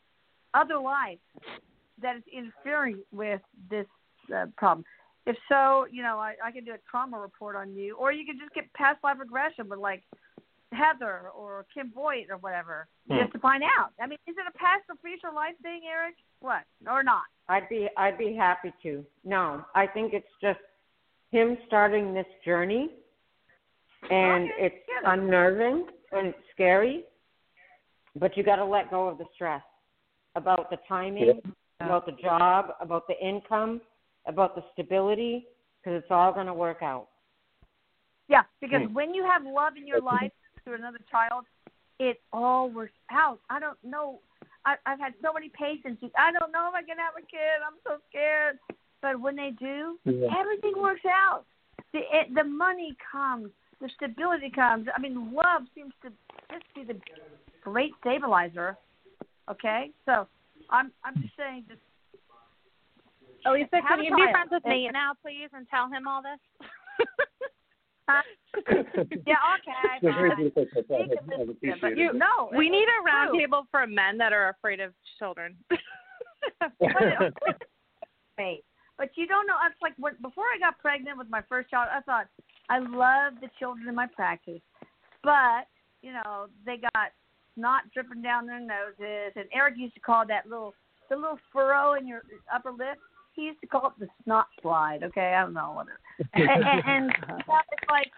Speaker 3: other life that is interfering with this uh, problem. If so, you know I, I can do a trauma report on you, or you could just get past life regression with like Heather or Kim Boyd or whatever just to find out. I mean, is it a past or future life thing, Eric? What or not?
Speaker 4: I'd be I'd be happy to. No, I think it's just him starting this journey, and
Speaker 3: Okay,
Speaker 4: it's
Speaker 3: yeah.
Speaker 4: unnerving and it's scary. But you got to let go of the stress about the timing, about the job, about the income, about the stability, because it's all going to work out.
Speaker 3: Yeah, because
Speaker 4: Hmm.
Speaker 3: when you have love in your life through another child, it all works out. I don't know. I, I've had so many patients. who, I don't know if I can have a kid. I'm so scared. But when they do,
Speaker 17: Yeah.
Speaker 3: everything works out. The it, the money comes. The stability comes. I mean, love seems to just be the great stabilizer. Okay, so I'm I'm just saying, just
Speaker 5: Elisa,
Speaker 3: Have
Speaker 5: can
Speaker 3: a
Speaker 5: you be
Speaker 3: child.
Speaker 5: friends with
Speaker 3: And-
Speaker 5: Nate now, please, and tell him all this?
Speaker 3: yeah, okay.
Speaker 17: It's a very
Speaker 5: fine.
Speaker 17: beautiful question. I- I appreciate
Speaker 5: You-
Speaker 17: it.
Speaker 5: we need
Speaker 3: it's
Speaker 5: a round
Speaker 3: true.
Speaker 5: table for men that are afraid of children.
Speaker 3: Right. But you don't know. It's like when, before I got pregnant with my first child, I thought I love the children in my practice, but you know they got snot dripping down their noses, and Eric used to call that little the little furrow in your upper lip. He used to call it the snot slide. Okay, I don't know what. It, and, and, and that was like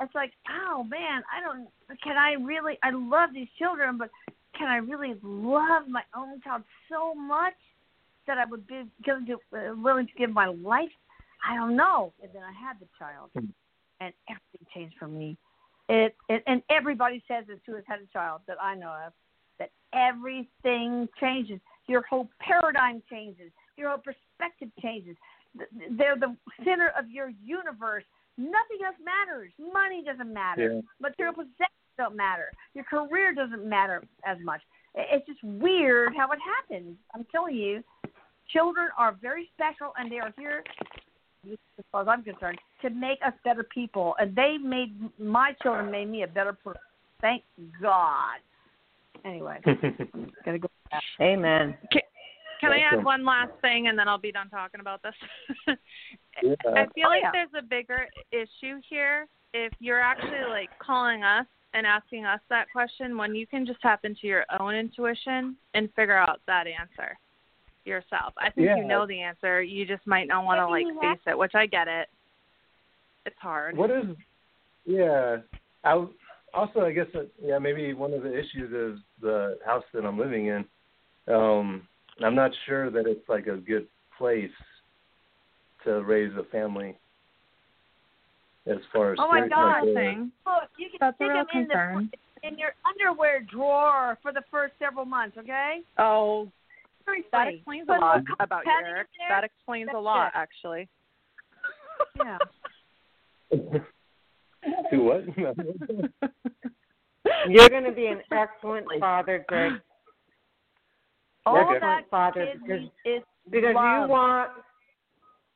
Speaker 3: it's like, oh man, I don't. Can I really? I love these children, but can I really love my own child so much that I would be going to uh, willing to give my life? I don't know. And then I had the child, and everything changed for me. It, it and everybody says this who has had a child that I know of that everything changes. Your whole paradigm changes. Your whole perspective changes. Th- They're the center of your universe. Nothing else matters. Money doesn't matter.
Speaker 17: Yeah.
Speaker 3: Material possessions don't matter. Your career doesn't matter as much. I- It's just weird how it happens. I'm telling you, children are very special, and they are here, as far as I'm concerned, to make us better people. And they made my children made me a better person. Thank God. Anyway.
Speaker 17: Gotta
Speaker 3: go.
Speaker 4: Amen.
Speaker 5: Can I add
Speaker 16: Awesome.
Speaker 5: one last thing and then I'll be done talking about this?
Speaker 16: Yeah.
Speaker 17: Uh,
Speaker 5: I feel
Speaker 16: Oh,
Speaker 5: like
Speaker 16: yeah.
Speaker 5: there's a bigger issue here if you're actually like calling us and asking us that question when you can just tap into your own intuition and figure out that answer yourself. I think
Speaker 16: Yeah.
Speaker 5: you know the answer, you just might not want to like face it, which I get it. It's hard.
Speaker 16: What is? Yeah. I w- also I guess that, yeah maybe one of the issues is the house that I'm living in. Um, I'm not sure that it's like a good place to raise a family. As far as uh,
Speaker 3: Oh my
Speaker 16: spirits
Speaker 3: God!
Speaker 16: go.
Speaker 3: Look, you can
Speaker 5: That's a
Speaker 3: stick
Speaker 5: real
Speaker 3: them in
Speaker 5: concern.
Speaker 3: the in your underwear drawer for the first several months. Okay.
Speaker 5: Oh, that
Speaker 3: Seriously.
Speaker 5: explains a
Speaker 3: Put
Speaker 5: lot
Speaker 3: little
Speaker 5: about you,
Speaker 3: padding in
Speaker 5: Eric.
Speaker 3: there.
Speaker 5: That explains a
Speaker 3: That's
Speaker 5: lot,
Speaker 3: it.
Speaker 5: actually.
Speaker 3: Yeah.
Speaker 16: Do what?
Speaker 4: You're going to be an excellent father, Greg.
Speaker 3: All
Speaker 4: excellent
Speaker 3: that
Speaker 4: father
Speaker 3: kid
Speaker 4: because,
Speaker 3: needs is
Speaker 4: because
Speaker 3: love.
Speaker 4: you want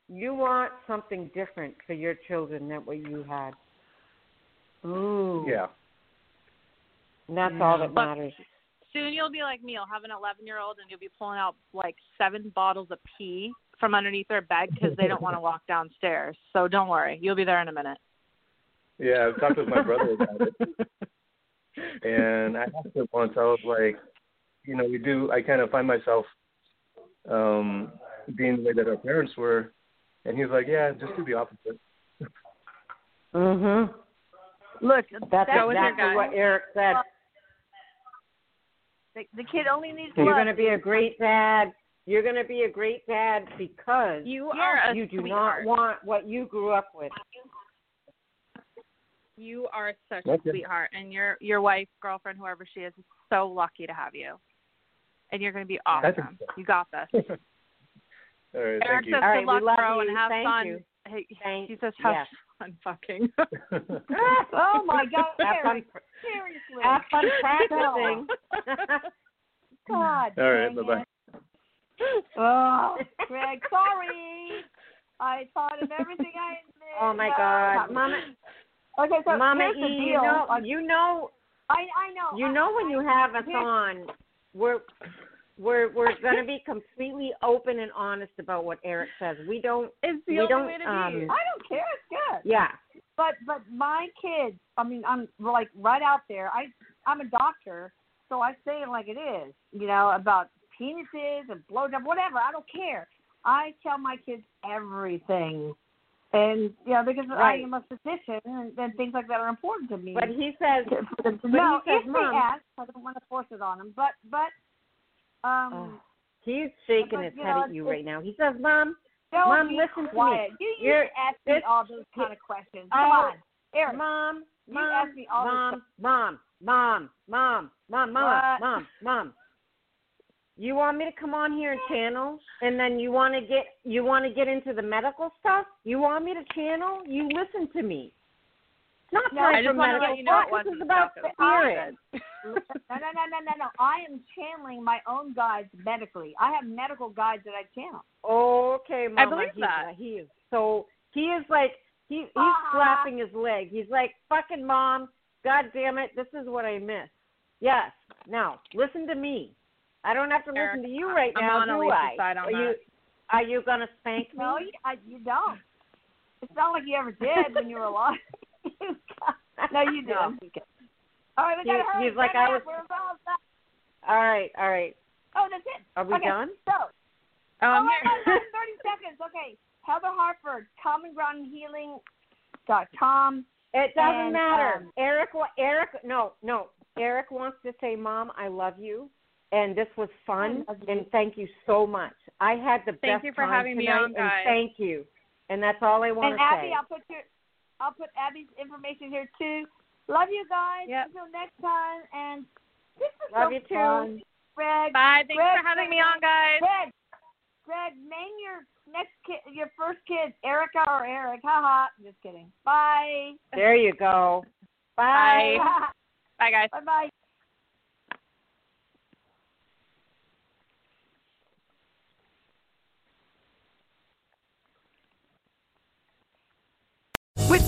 Speaker 4: you want something different for your children than what you had. Ooh.
Speaker 16: Yeah.
Speaker 4: And that's all that
Speaker 5: But-
Speaker 4: matters.
Speaker 5: Soon you'll be like me. You'll have an 11 year old and you'll be pulling out like seven bottles of pee from underneath their bed because they don't want to walk downstairs. So don't worry. You'll be there in a minute.
Speaker 16: Yeah, I've talked with my brother about it. And I asked him once, I was like, you know, we do, I kind of find myself um, being the way that our parents were. And he's like, yeah, just do the opposite.
Speaker 4: Mhm.
Speaker 3: Look,
Speaker 4: that's
Speaker 3: that was your
Speaker 4: exactly
Speaker 3: guy.
Speaker 4: what Eric said.
Speaker 3: The, the kid only needs
Speaker 4: You're
Speaker 3: love.
Speaker 4: going to be a great dad. You're going to be a great dad because
Speaker 5: you are a
Speaker 4: you do
Speaker 5: sweetheart.
Speaker 4: not want what you grew up with.
Speaker 5: You are such
Speaker 4: Okay.
Speaker 5: a sweetheart, and your your wife, girlfriend, whoever she is, is so lucky to have you. And you're going to be
Speaker 16: I think
Speaker 5: awesome. You got this.
Speaker 16: All right,
Speaker 5: Eric
Speaker 16: thank you.
Speaker 5: says, "Good luck, bro, and have fun." Hey, he says, "Have
Speaker 16: yes.
Speaker 5: fun, fucking."
Speaker 3: oh my God,
Speaker 5: Have fun-
Speaker 3: Eric, seriously.
Speaker 5: have fun
Speaker 4: practicing.
Speaker 3: God.
Speaker 16: All
Speaker 3: dang
Speaker 16: right, bye
Speaker 3: it.
Speaker 16: bye.
Speaker 3: Oh, Greg, sorry. I thought of everything I missed.
Speaker 4: Oh my
Speaker 3: No.
Speaker 4: God, Mama.
Speaker 3: Okay, so
Speaker 4: Mama
Speaker 3: here's
Speaker 4: E,
Speaker 3: the deal.
Speaker 4: you know,
Speaker 3: Like,
Speaker 4: you know,
Speaker 3: I I know.
Speaker 4: you
Speaker 3: I-
Speaker 4: know when you have us
Speaker 3: Here's-
Speaker 4: on, we're we're we're going to be completely open and honest about what Eric says. We don't.
Speaker 5: It's
Speaker 4: we don't, um,
Speaker 3: I don't care. It's good.
Speaker 4: Yeah.
Speaker 3: But but my kids. I mean, I'm like right out there. I I'm a doctor, so I say it like it is. You know about penises and blowjob, whatever. I don't care. I tell my kids everything, and you know because
Speaker 4: Right.
Speaker 3: I am a physician, and, and things like that are important to me.
Speaker 4: But he says. But
Speaker 3: no,
Speaker 4: he says,
Speaker 3: if
Speaker 4: Mom,
Speaker 3: they ask, I don't want to force it on them. But but um.
Speaker 4: Ugh. He's shaking
Speaker 3: But,
Speaker 4: his
Speaker 3: you
Speaker 4: head
Speaker 3: know,
Speaker 4: at you
Speaker 3: it's-
Speaker 4: right now. He says, "Mom,
Speaker 3: Don't
Speaker 4: Mom,
Speaker 3: be
Speaker 4: listen
Speaker 3: quiet.
Speaker 4: to me.
Speaker 3: You used
Speaker 4: You're
Speaker 3: to ask me
Speaker 4: this,
Speaker 3: all those kind of questions. Come
Speaker 4: Oh,
Speaker 3: on, Eric.
Speaker 4: Mom,
Speaker 3: you
Speaker 4: Mom,
Speaker 3: ask me all this
Speaker 4: Mom, Mom, Mom, Mom, Mom, Mom,
Speaker 3: What?
Speaker 4: Mom, Mom. You want me to come on here and channel, and then you want to get you want to get into the medical stuff. You want me to channel? You listen to me. It's not
Speaker 3: No,
Speaker 4: time
Speaker 3: I
Speaker 4: for
Speaker 3: just wanna
Speaker 4: medical
Speaker 3: let you know it
Speaker 4: talk. This
Speaker 3: wasn't
Speaker 4: is about
Speaker 3: about the no,
Speaker 4: spirit.
Speaker 3: no, no, no, no, no. I am channeling my own guides medically. I have medical guides that I channel.
Speaker 4: Oh, Okay, Mama.
Speaker 3: believe
Speaker 4: he's,
Speaker 3: that.
Speaker 4: uh, He is so he is like he he's
Speaker 3: Ah.
Speaker 4: slapping his leg. He's like, "Fucking mom, god damn it, this is what I missed." Yes. Now listen to me. I don't have to
Speaker 5: Eric,
Speaker 4: listen to you right
Speaker 5: I'm
Speaker 4: now,
Speaker 5: on
Speaker 4: do
Speaker 5: Elisa's
Speaker 4: I?
Speaker 5: side on
Speaker 4: are you
Speaker 5: that.
Speaker 4: are you gonna spank me?
Speaker 3: No, you, I, you don't. It's not like you ever did when you were alive. no, you didn't.
Speaker 4: No.
Speaker 3: All right, we
Speaker 4: He-
Speaker 3: gotta hurry.
Speaker 4: he's like,
Speaker 3: Wrap
Speaker 4: I
Speaker 3: it
Speaker 4: was-
Speaker 3: up. We're about done.
Speaker 4: All right, all right.
Speaker 3: Oh, that's it.
Speaker 4: Are we
Speaker 3: okay,
Speaker 4: done?
Speaker 3: So, oh,
Speaker 5: Um,
Speaker 3: wait, wait, wait, 30 seconds. Okay. Heather Hartford, commongroundhealing.com.
Speaker 4: It doesn't
Speaker 3: And,
Speaker 4: matter.
Speaker 3: um,
Speaker 4: Eric, wa- Eric, no, no. Eric wants to say, "Mom, I love you." And this was fun, and thank you so much. I had the
Speaker 5: Thank
Speaker 4: best
Speaker 5: you for
Speaker 4: time
Speaker 5: having me
Speaker 4: tonight,
Speaker 5: on,
Speaker 4: and
Speaker 5: guys.
Speaker 4: thank you. And that's all I want
Speaker 3: And
Speaker 4: to
Speaker 3: Abby,
Speaker 4: say.
Speaker 3: I'll put your, I'll put Abby's information here too. Love you guys. Until next time, and this is
Speaker 4: Love
Speaker 3: so
Speaker 4: you too.
Speaker 3: fun. Greg.
Speaker 5: Bye. Thanks
Speaker 3: Greg,
Speaker 5: for having
Speaker 3: Greg,
Speaker 5: me on, guys.
Speaker 3: Greg, Greg, name your next kid, your first kid, Erica or Eric. Haha. Just kidding. Bye.
Speaker 4: there you go. Bye.
Speaker 3: Bye.
Speaker 5: Bye, guys.
Speaker 3: Bye, bye.
Speaker 18: With